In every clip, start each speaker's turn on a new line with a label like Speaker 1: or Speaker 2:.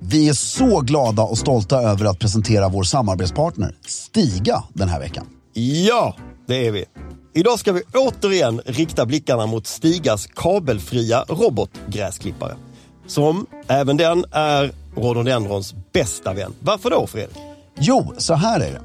Speaker 1: Vi är så glada och stolta över att presentera vår samarbetspartner Stiga den här veckan.
Speaker 2: Ja, det är vi. Idag ska vi återigen rikta blickarna mot Stigas kabelfria robotgräsklippare. Som även den är rhododendrons bästa vän. Varför då Fredrik?
Speaker 1: Jo, så här är det.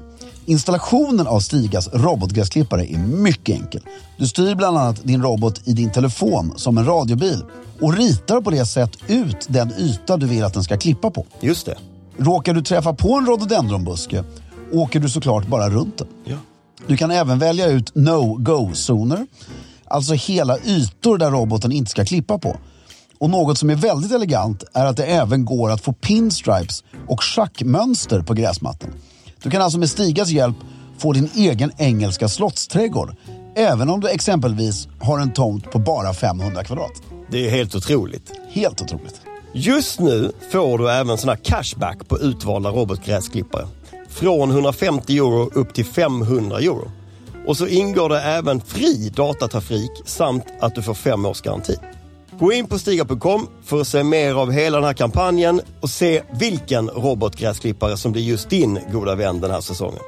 Speaker 1: Installationen av Stigas robotgräsklippare är mycket enkel. Du styr bland annat din robot i din telefon som en radiobil och ritar på det sätt ut den yta du vill att den ska klippa på.
Speaker 2: Just det.
Speaker 1: Råkar du träffa på en rhododendronbuske åker du såklart bara runt den.
Speaker 2: Ja.
Speaker 1: Du kan även välja ut no-go-zoner, alltså hela ytor där roboten inte ska klippa på. Och något som är väldigt elegant är att det även går att få pinstripes och schackmönster på gräsmattan. Du kan alltså med Stigas hjälp få din egen engelska slottsträdgård, även om du exempelvis har en tomt på bara 500 kvadrat.
Speaker 2: Det är helt otroligt.
Speaker 1: Helt otroligt.
Speaker 2: Just nu får du även sån här cashback på utvalda robotgräsklippare. Från 150 euro upp till 500 euro. Och så ingår det även fri datatrafik samt att du får fem års garanti. Gå in på stiga.com för att se mer av hela den här kampanjen och se vilken robotgräsklippare som blir just din goda vän den här säsongen.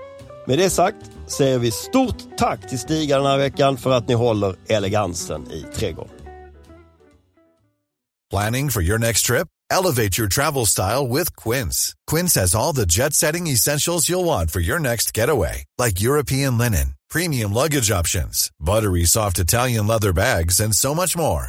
Speaker 2: Med det sagt säger vi stort tack till Stiga den här veckan för att ni håller elegansen i trädgården.
Speaker 3: Planning for your next trip? Elevate your travel style with Quince. Quince has all the jet setting essentials you'll want for your next getaway, like European linen, premium luggage options, buttery soft Italian leather bags, and so much more.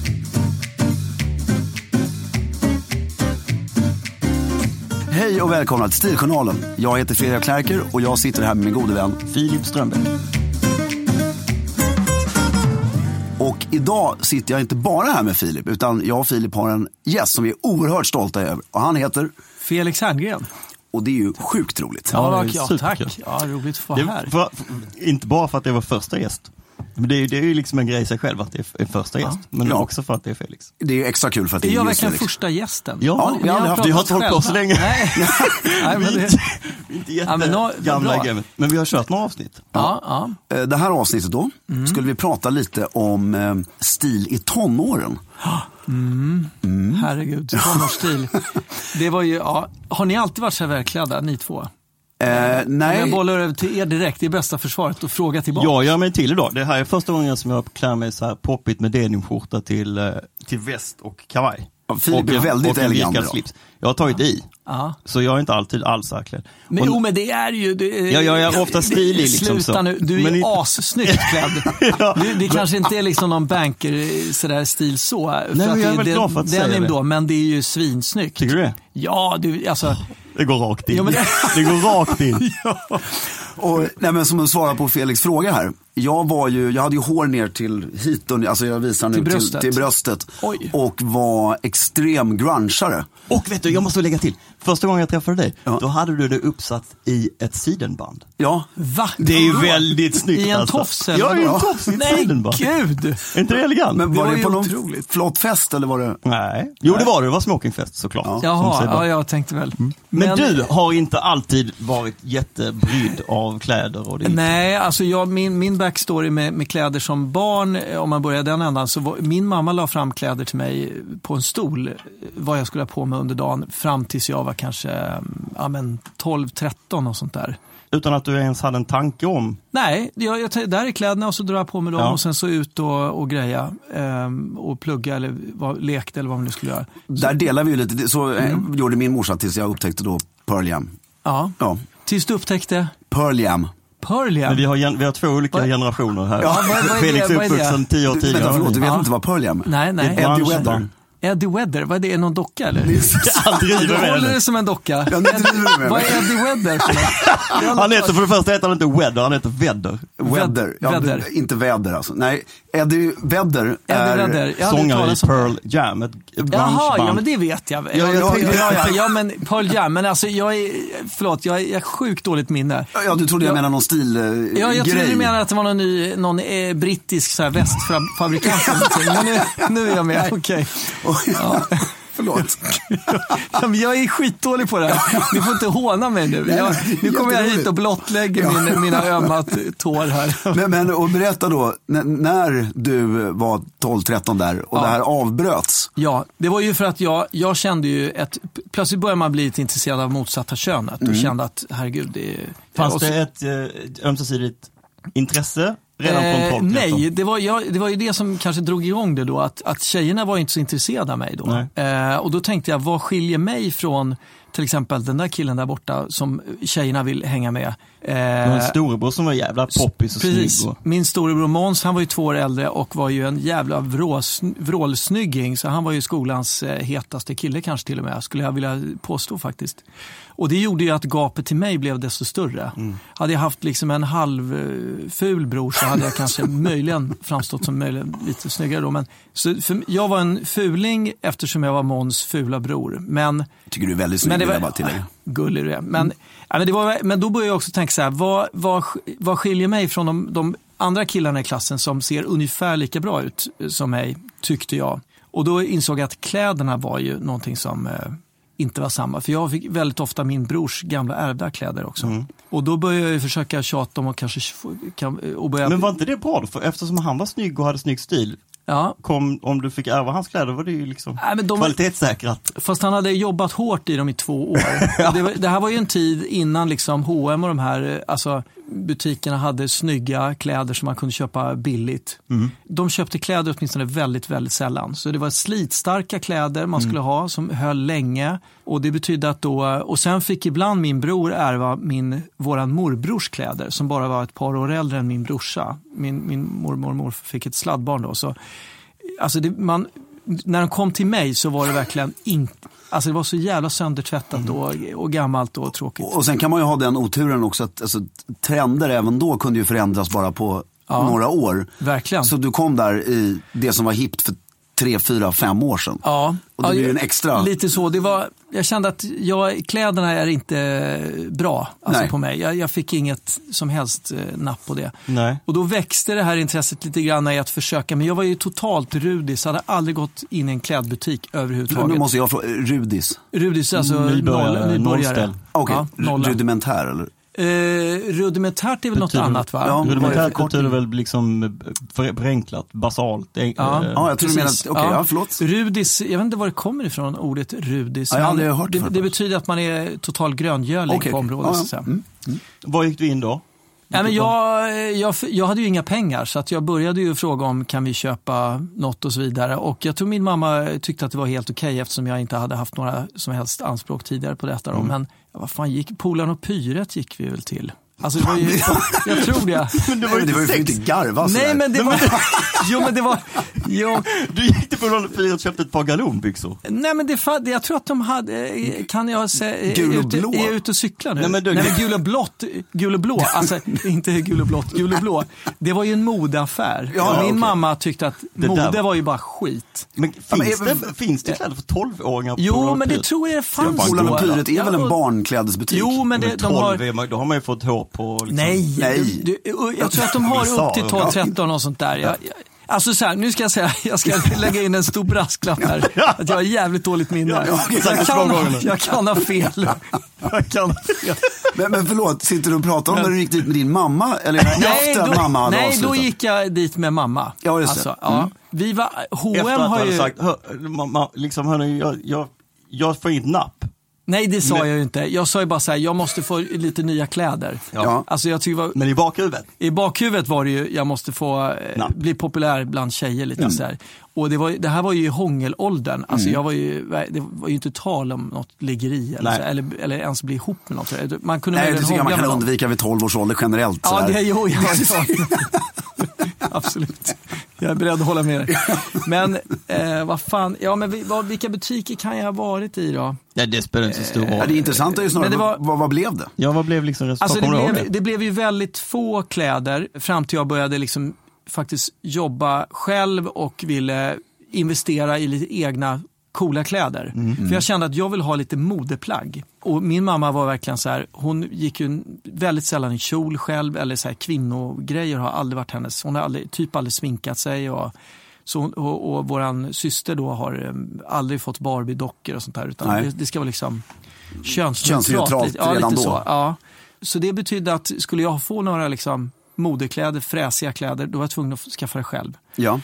Speaker 1: Hej och välkomna till Stiljournalen. Jag heter Fredrik Klerker och jag sitter här med min gode vän Filip Strömbäck. Och idag sitter jag inte bara här med Filip, utan jag och Filip har en gäst som vi är oerhört stolta över. Och han heter,
Speaker 4: Felix Herngren.
Speaker 1: och det är ju sjukt roligt.
Speaker 4: Ja,
Speaker 5: det är
Speaker 4: vad- ja,
Speaker 5: superkul.
Speaker 4: tack. Ja, roligt att få
Speaker 5: Det
Speaker 4: vara här.
Speaker 5: var, för- inte bara för att det var första gäst. Men det, är ju- det är ju liksom en grej i sig själv att det är f- är första gäst. Men
Speaker 1: Ja.
Speaker 5: också för att det är Felix.
Speaker 1: Det är ju extra kul för att det är
Speaker 4: Är jag
Speaker 1: just
Speaker 4: verkligen
Speaker 1: Felix.
Speaker 4: första gästen?
Speaker 5: Ja,
Speaker 1: vi har aldrig
Speaker 4: ni
Speaker 1: haft-
Speaker 5: vi har inte
Speaker 4: pratat
Speaker 5: hållit på så
Speaker 4: själva.
Speaker 5: länge.
Speaker 4: Nej, Nej men det,
Speaker 5: Vi är inte jätte
Speaker 4: Ja, men nå- vad
Speaker 5: gamla
Speaker 4: bra.
Speaker 5: i gamet. Men vi har kört några avsnitt.
Speaker 4: ja, ja.
Speaker 1: Eh, Det här avsnittet då
Speaker 4: Mm.
Speaker 1: skulle vi prata lite om eh, stil i tonåren.
Speaker 4: Herregud,
Speaker 5: Mm.
Speaker 4: tonårsstil. Det var ju, ja. Har ni alltid varit så här välklädda, ni två?
Speaker 1: Eh,
Speaker 4: Om jag
Speaker 1: nej,
Speaker 4: bollar över till er direkt, det är bästa försvaret, och fråga tillbaka.
Speaker 5: Jag gör mig till idag. Det här är första gången som jag klär mig så här poppigt med denimskjorta till, eh, till väst och kavaj.
Speaker 1: Ja, Filip är
Speaker 5: en-
Speaker 1: väldigt
Speaker 5: och en
Speaker 1: elegant
Speaker 5: virkad
Speaker 1: idag.
Speaker 5: slips. Jag har tagit i.
Speaker 4: Ja.
Speaker 5: Så jag är inte alltid alls särklädd.
Speaker 4: Men, jo, men det är ju... Det,
Speaker 5: Ja, jag är ofta stilig, liksom så.
Speaker 4: Sluta nu, du är
Speaker 5: Men
Speaker 4: ju
Speaker 5: inte-
Speaker 4: assnyggt klädd. det, det kanske inte är liksom någon banker sådär stil så. för
Speaker 5: men jag
Speaker 4: det
Speaker 5: är väldigt
Speaker 4: den-
Speaker 5: glad för att
Speaker 4: den
Speaker 5: säga
Speaker 4: är
Speaker 5: det.
Speaker 4: Då, men det är ju svinsnyggt.
Speaker 5: Tycker du det?
Speaker 4: Ja, du, alltså,
Speaker 5: Det går rakt in.
Speaker 4: Ja, men-
Speaker 5: Det går rakt in.
Speaker 1: och, nej men som att svara på Felix fråga här. Jag, var ju, jag hade ju hår ner till hit, och, alltså jag visar nu
Speaker 4: Till
Speaker 1: till,
Speaker 4: bröstet.
Speaker 1: till bröstet.
Speaker 4: Oj.
Speaker 1: Och var extrem grungeare.
Speaker 5: Och vet du, jag måste lägga till. Första gången jag träffade dig,
Speaker 1: Ja.
Speaker 5: då hade du det uppsatt i ett sidenband.
Speaker 1: Ja,
Speaker 4: va?
Speaker 5: Det är ju
Speaker 4: Vadå?
Speaker 5: väldigt snyggt
Speaker 4: I en
Speaker 5: alltså.
Speaker 4: tofs eller
Speaker 5: Ja, i en
Speaker 4: vadå?
Speaker 5: tofs i ett
Speaker 4: Nej,
Speaker 5: sidenband.
Speaker 4: gud!
Speaker 5: Är inte det elegant?
Speaker 1: men
Speaker 4: Det
Speaker 1: var
Speaker 4: var
Speaker 1: det,
Speaker 4: ju
Speaker 1: på någon
Speaker 4: otroligt.
Speaker 1: flott fest eller var det?
Speaker 5: Nej. Jo, det var det. Det var smokingfest såklart. som
Speaker 4: Jaha,
Speaker 5: sidenband.
Speaker 4: ja, jag tänkte väl.
Speaker 5: men, du har inte alltid varit jättebrydd av kläder och det.
Speaker 4: Nej, alltså jag, min, min backstory med, med kläder som barn, eh, om man börjar den ändan, så var, min mamma la fram kläder till mig på en stol, eh, vad jag skulle ha på mig under dagen, fram tills jag var kanske eh, ja, men 12-13 och sånt där.
Speaker 5: Utan att du ens hade en tanke om.
Speaker 4: Nej, jag, jag, tar- där är kläderna och så drar jag på mig dem
Speaker 5: Ja.
Speaker 4: och sen så ut och, och greja ehm, och plugga eller vad, lekte eller vad man nu skulle göra.
Speaker 1: Där delar vi ju lite, så eh,
Speaker 4: Mm.
Speaker 1: gjorde min morsa tills jag upptäckte då Pearl Jam.
Speaker 4: Ja.
Speaker 1: Ja,
Speaker 4: Tills du upptäckte
Speaker 1: Pearl Jam.
Speaker 4: Pearl Jam.
Speaker 5: Men vi har, gen- vi har två olika
Speaker 4: Vad-
Speaker 5: generationer här.
Speaker 4: Ja, vad- vad är det-
Speaker 5: Felix
Speaker 4: vad är det?
Speaker 5: uppvuxen tio år
Speaker 1: Du,
Speaker 5: tidigare.
Speaker 1: vänta, förlåt, du vet
Speaker 4: Ja.
Speaker 1: inte vad Pearl Jam är?
Speaker 4: Nej, nej.
Speaker 5: Det är
Speaker 1: Eddie
Speaker 5: branschen
Speaker 1: Weather.
Speaker 5: bara.
Speaker 4: Eddie Weather, vad är det? Är det någon docka eller?
Speaker 5: Han driver
Speaker 4: Du
Speaker 5: med
Speaker 4: håller
Speaker 5: det.
Speaker 4: det som en docka.
Speaker 1: Ja, nu driver du med
Speaker 4: Vad
Speaker 1: mig.
Speaker 4: är Eddie Weather för något? Jag
Speaker 5: Han
Speaker 4: håller
Speaker 5: heter,
Speaker 4: på-
Speaker 5: för det första heter han inte Wedder, han heter Vedder.
Speaker 1: Weather. Ja,
Speaker 4: Weather.
Speaker 1: det- Inte väder alltså. Nej, Eddie Vedder är...
Speaker 4: Eddie Weather. Jag hade inte
Speaker 5: Sångare i
Speaker 4: talat om-
Speaker 5: Pearl Jam, ett, ett
Speaker 4: Jaha, ja
Speaker 5: grungeband.
Speaker 4: men det vet jag.
Speaker 1: Ja,
Speaker 4: Ja,
Speaker 1: jag
Speaker 4: ja,
Speaker 1: tänkte-
Speaker 4: ja, ja, ja men Pearl Jam, men alltså jag är, förlåt, jag är, jag är sjukt dåligt minne.
Speaker 1: Ja, du trodde jag
Speaker 4: Ja.
Speaker 1: menade någon eh, stilgrej.
Speaker 4: Ja, jag trodde du menade att det var någon, ny, någon eh, brittisk så här, västfabrikant eller någonting. Men nu, nu är jag med, okej.
Speaker 1: ja. Förlåt.
Speaker 4: Ja, men Jag är skitdålig på det här. Ni får inte håna mig nu. Jag, nu kommer jag hit och blottlägger min, mina ömma t- tår här.
Speaker 1: Men, men och berätta då, n- när du var 12-13 där och det här avbröts.
Speaker 4: Ja, det var ju för att jag, jag kände ju ett, plötsligt började man bli lite intresserad av motsatta könet och kände att herregud, det är...
Speaker 5: Mm. Fanns
Speaker 4: och så-
Speaker 5: det ett eh, ett ömsesidigt intresse redan
Speaker 4: Eh,
Speaker 5: från 12 13?
Speaker 4: Nej, det var, jag, det var ju det som kanske drog igång det då, att, att tjejerna var ju inte så intresserade av mig då. Eh, och då tänkte jag, vad skiljer mig från till exempel den där killen där borta som tjejerna vill hänga med?
Speaker 5: Det var en
Speaker 4: Eh,
Speaker 5: storebror som var jävla poppis och
Speaker 4: Precis.
Speaker 5: snygg. Och...
Speaker 4: Min storebror Måns, han var ju två år äldre och var ju en jävla vrås- vrålsnygging. Så han var ju skolans eh, hetaste kille kanske till och med, skulle jag vilja påstå faktiskt. Och det gjorde ju att gapet till mig blev desto större.
Speaker 5: Mm.
Speaker 4: Hade jag haft liksom en halv eh, ful bror så hade jag kanske möjligen framstått som möjligen lite snyggare då. Men, så för, jag var en fuling eftersom jag var Måns fula bror. Men
Speaker 1: Tycker du är väldigt snygg,
Speaker 4: men
Speaker 1: vill
Speaker 4: det
Speaker 1: jag
Speaker 4: var, Ah,
Speaker 1: bara tillägga.
Speaker 4: Gullig du är. Men, ja, men, det var, men då började jag också tänka så här, vad, vad, sk- vad skiljer mig från de, de andra killarna i klassen som ser ungefär lika bra ut eh, som mig, tyckte jag. Och då insåg jag att kläderna var ju någonting som eh, inte var samma. För jag fick väldigt ofta min brors gamla ärvda kläder också.
Speaker 1: Mm.
Speaker 4: Och då började jag ju försöka tjata om och kanske få- kan, och börja...
Speaker 5: Men var inte det bra då? För eftersom han var snygg och hade snygg stil,
Speaker 4: ja.
Speaker 5: kom, om du fick ärva hans kläder var det ju liksom
Speaker 4: Nej, men de-
Speaker 5: kvalitetssäkrat.
Speaker 4: Fast han hade jobbat hårt i dem i två år. det, var, det här var ju en tid innan liksom H&M och de här eh, alltså, butikerna hade snygga kläder som man kunde köpa billigt. De köpte kläder åtminstone väldigt, väldigt sällan. Så det var slitstarka kläder man skulle ha som höll länge. Och det betydde att då, och sen fick ibland min bror ärva min, våran morbrors kläder som bara var ett par år äldre än min brorsa. Min, min mormor och morfar fick ett sladdbarn då. Så alltså det, man, när de kom till mig så var det verkligen inte, alltså det var så jävla söndertvättat och, och gammalt och tråkigt.
Speaker 1: Mm. Och sen kan man ju ha den oturen också att alltså, trender även då kunde ju förändras bara på några år.
Speaker 4: Verkligen.
Speaker 1: Så du kom där i det som var hippt för tre, fyra, fem år sedan.
Speaker 4: Ja.
Speaker 1: Och det
Speaker 4: ja,
Speaker 1: blir ju en
Speaker 4: jag-
Speaker 1: extra-
Speaker 4: Lite så. Det var, jag kände att jag, kläderna är inte bra alltså
Speaker 1: Nej.
Speaker 4: på mig. Jag, jag fick inget som helst eh, napp på det.
Speaker 5: Nej.
Speaker 4: Och då växte det här intresset lite grann i att försöka. Men jag var ju totalt rudig så jag hade aldrig gått in i en klädbutik
Speaker 1: Nu
Speaker 4: överhuvudtaget.
Speaker 1: måste jag fråga, Rudis?
Speaker 4: Rudis är alltså
Speaker 5: Nybörjare,
Speaker 4: noll, nybörjare.
Speaker 5: nollställ.
Speaker 1: Okej,
Speaker 4: nolla.
Speaker 1: rudimentär eller?
Speaker 4: Eh, rudimentärt är väl något
Speaker 5: Betyder-
Speaker 4: annat va?
Speaker 1: Ja,
Speaker 5: Rudimentär
Speaker 1: vad är
Speaker 5: kultur är väl liksom eh, för- förenklat, basalt. en-
Speaker 4: Ja.
Speaker 5: eh,
Speaker 1: Ja, jag tror du menar,
Speaker 4: Precis,
Speaker 1: okej, ja. förlåt.
Speaker 4: Rudis, jag vet inte var det kommer ifrån, ordet rudis.
Speaker 1: Ja, jag har aldrig
Speaker 4: Men
Speaker 1: hört det
Speaker 4: det,
Speaker 1: förut.
Speaker 4: det betyder att man är total gröngöling
Speaker 1: Okej,
Speaker 4: på
Speaker 1: okej.
Speaker 4: området.
Speaker 1: Ja,
Speaker 4: så
Speaker 1: ja. Mm.
Speaker 4: att säga.
Speaker 5: Var gick du in då?
Speaker 4: Nej, men jag, jag, jag hade ju inga pengar så att jag började ju fråga om kan vi köpa något och så vidare. Och jag tror min mamma tyckte att det var helt okej eftersom jag inte hade haft några som helst anspråk tidigare på detta. Då.
Speaker 1: Mm.
Speaker 4: Men ja, vad fan gick, Polan och Pyret gick vi väl till. Alltså det var ju, jag tror det.
Speaker 1: Det var ju inte, det var ju för inte garva sådär.
Speaker 4: Nej men det var, jo men det var, jo,
Speaker 5: Du gick till Polarn och Fyret och köpte ett par galonbyxor.
Speaker 4: Nej men det fa- jag tror att de hade, eh, kan jag säga,
Speaker 1: Gul och
Speaker 4: ute,
Speaker 1: blå.
Speaker 4: är jag ute och cyklar nu?
Speaker 5: Nej,
Speaker 4: Nej
Speaker 5: men
Speaker 4: men,
Speaker 5: du-
Speaker 4: gul och blått, gul och blå, alltså inte gul och blått, gul och blå. Det var ju en modeaffär.
Speaker 1: Ja,
Speaker 4: Min
Speaker 1: okej.
Speaker 4: mamma tyckte att
Speaker 5: där var-
Speaker 4: mode var ju bara skit.
Speaker 5: Men finns,
Speaker 1: men-
Speaker 5: det, finns det kläder för 12-åringar på Polarn
Speaker 4: Jo
Speaker 5: och
Speaker 4: men det
Speaker 5: Pyret?
Speaker 4: tror jag det fanns
Speaker 5: bara
Speaker 1: Polarn
Speaker 4: då.
Speaker 1: och Pyret är
Speaker 4: Ja,
Speaker 1: väl en
Speaker 4: och-
Speaker 1: barnklädesbutik?
Speaker 4: Jo men det,
Speaker 5: Men
Speaker 4: de
Speaker 5: 12,
Speaker 4: har...
Speaker 5: är man, då har man ju fått hår på... Liksom.
Speaker 4: Nej,
Speaker 1: Nej.
Speaker 4: Du, du, och jag tror att de har upp till 12, 13 och sånt där. Jag, jag, alltså så här, nu ska jag säga, jag ska lägga in en stor brasklapp här, att jag har jävligt dåligt minne. Jag kan, ha- jag kan ha fel. Jag kan ha fel.
Speaker 1: Men, men förlåt, sitter du och pratar om när du gick dit med din mamma? Eller
Speaker 4: Nej,
Speaker 1: efter att mamma
Speaker 4: då,
Speaker 1: hade
Speaker 4: nej
Speaker 1: avslutat?
Speaker 4: då gick jag dit med mamma. Alltså,
Speaker 1: Ja, just det.
Speaker 4: ja. Vi var, H&M
Speaker 5: Efter att
Speaker 4: har
Speaker 5: han
Speaker 4: ju...
Speaker 5: hade sagt, hör, mamma, liksom, hörni, jag, jag, jag får inget napp.
Speaker 4: Nej, det sa
Speaker 5: Men-
Speaker 4: jag ju inte. Jag sa ju bara så här, jag måste få lite nya kläder.
Speaker 1: Ja.
Speaker 4: Alltså jag tycker det var,
Speaker 5: Men i bakhuvudet,
Speaker 4: I bakhuvudet var det ju, jag måste få eh,
Speaker 5: Napp.
Speaker 4: bli populär bland tjejer lite
Speaker 1: Mm.
Speaker 4: så här. Och det, var, ju- det här var ju i hångelåldern. Alltså jag var ju, det var ju inte tal om något liggeri eller,
Speaker 5: Nej.
Speaker 4: så, eller, eller ens bli ihop med något. Man kunde
Speaker 1: Nej, det
Speaker 4: möjligen
Speaker 1: tycker jag man
Speaker 4: hångla
Speaker 1: kan
Speaker 4: med någon.
Speaker 1: undvika vid 12 års ålder generellt.
Speaker 4: Ja,
Speaker 1: sådär.
Speaker 4: det, jo, ja, ja. Absolut. Jag är beredd att hålla med dig. Men eh, vad fan, ja, men vi, vad, vilka butiker kan jag ha varit i då?
Speaker 5: Nej, det spelar inte så stor
Speaker 4: Eh,
Speaker 1: Ja,
Speaker 5: roll.
Speaker 1: det intressanta är ju snarare,
Speaker 4: Men det var-
Speaker 1: vad, vad blev det?
Speaker 5: Ja, vad blev liksom resultatet?
Speaker 4: Alltså det,
Speaker 5: Kommer du ihåg
Speaker 4: blev, det blev ju väldigt få kläder fram till jag började liksom faktiskt jobba själv och ville investera i lite egna coola kläder.
Speaker 5: Mm,
Speaker 4: För jag kände att jag vill ha lite modeplagg. Och min mamma var verkligen så här, hon gick ju väldigt sällan i kjol själv eller så här kvinnogrejer har aldrig varit hennes. Hon har aldrig, typ aldrig sminkat sig. Och, så hon, och, och våran syster då har eh, aldrig fått Barbie-dockor och sånt där. Utan
Speaker 1: Nej.
Speaker 4: det, det ska vara liksom könsneutralt.
Speaker 1: Könsneutralt
Speaker 4: lite- ja,
Speaker 1: redan
Speaker 4: lite
Speaker 1: då.
Speaker 4: Så, ja. så det betydde att skulle jag få några liksom, modekläder, fräsiga kläder, då var jag tvungen att skaffa det själv.
Speaker 1: Ja.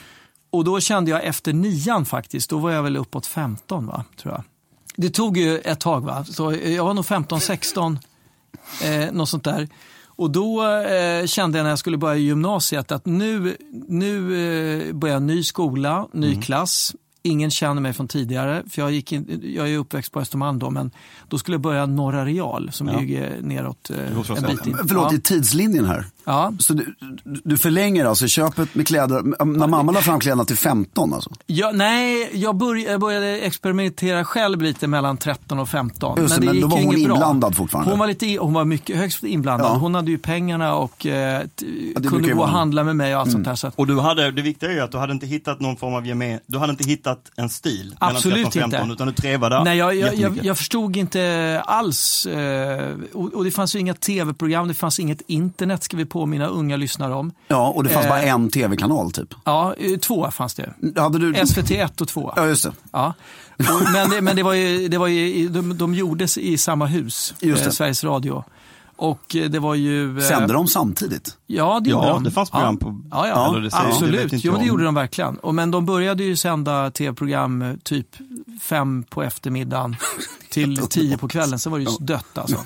Speaker 4: Och då kände jag efter nian faktiskt, då var jag väl uppåt 15 va, tror jag. Det tog ju ett tag va, så jag var nog 15, 16, eh, något sånt där. Och då eh, kände jag när jag skulle börja i gymnasiet att nu, nu eh, börjar en ny skola, ny klass. Ingen känner mig från tidigare, för jag, gick in, jag är uppväxt på Östermalm då, men då skulle jag börja Norra Real som ligger neråt eh, en bit in.
Speaker 1: Förlåt, i tidslinjen här.
Speaker 4: Ja.
Speaker 1: Så du, du förlänger alltså köpet med kläder, när mamma la fram kläderna till 15 alltså?
Speaker 4: Ja, nej, jag, börj- jag började experimentera själv lite mellan 13 och 15.
Speaker 1: Just det, men
Speaker 4: gick
Speaker 1: då var
Speaker 4: ju
Speaker 1: hon
Speaker 4: inget bra.
Speaker 1: inblandad fortfarande.
Speaker 4: Hon var, lite, i- hon var mycket, högst inblandad.
Speaker 1: Ja.
Speaker 4: Hon hade ju pengarna och eh, t-
Speaker 1: brukar
Speaker 4: kunde
Speaker 1: ju
Speaker 4: gå och
Speaker 1: vara- Mm.
Speaker 4: handla med mig och allt sånt där. Så att,
Speaker 5: Och du hade, det viktiga är ju att du hade inte hittat någon form av gemen, du hade inte hittat en stil
Speaker 4: Absolut
Speaker 5: mellan 13 och 15
Speaker 4: inte.
Speaker 5: utan du trevade
Speaker 4: nej, jag, jag, jag,
Speaker 5: jättemycket.
Speaker 4: jag förstod inte alls. Eh, och, och det fanns ju inga tv-program, det fanns inget internet ska vi påminna unga lyssnare om.
Speaker 1: Ja, och det fanns
Speaker 4: Eh.
Speaker 1: bara en tv-kanal typ.
Speaker 4: Ja, eh, två fanns det.
Speaker 1: Hade du...
Speaker 4: SVT 1 och 2.
Speaker 1: Mm. Ja, just det.
Speaker 4: Ja, och, men, det, men det var ju, det var ju de, de gjordes i samma hus,
Speaker 1: Just det.
Speaker 4: Eh, Sveriges Radio. Och eh, det var ju... eh,
Speaker 1: Sände de samtidigt?
Speaker 4: Ja, det gjorde
Speaker 5: Ja,
Speaker 4: de.
Speaker 5: det fanns program på-
Speaker 4: Ja, ja,
Speaker 5: Ja, det säger- det
Speaker 4: absolut.
Speaker 5: vet inte
Speaker 4: jo,
Speaker 5: jag
Speaker 4: det
Speaker 5: om.
Speaker 4: gjorde de verkligen. Och, men de började ju sända tv-program eh, typ fem på eftermiddagen till tio på kvällen. Sen var det ju dött alltså.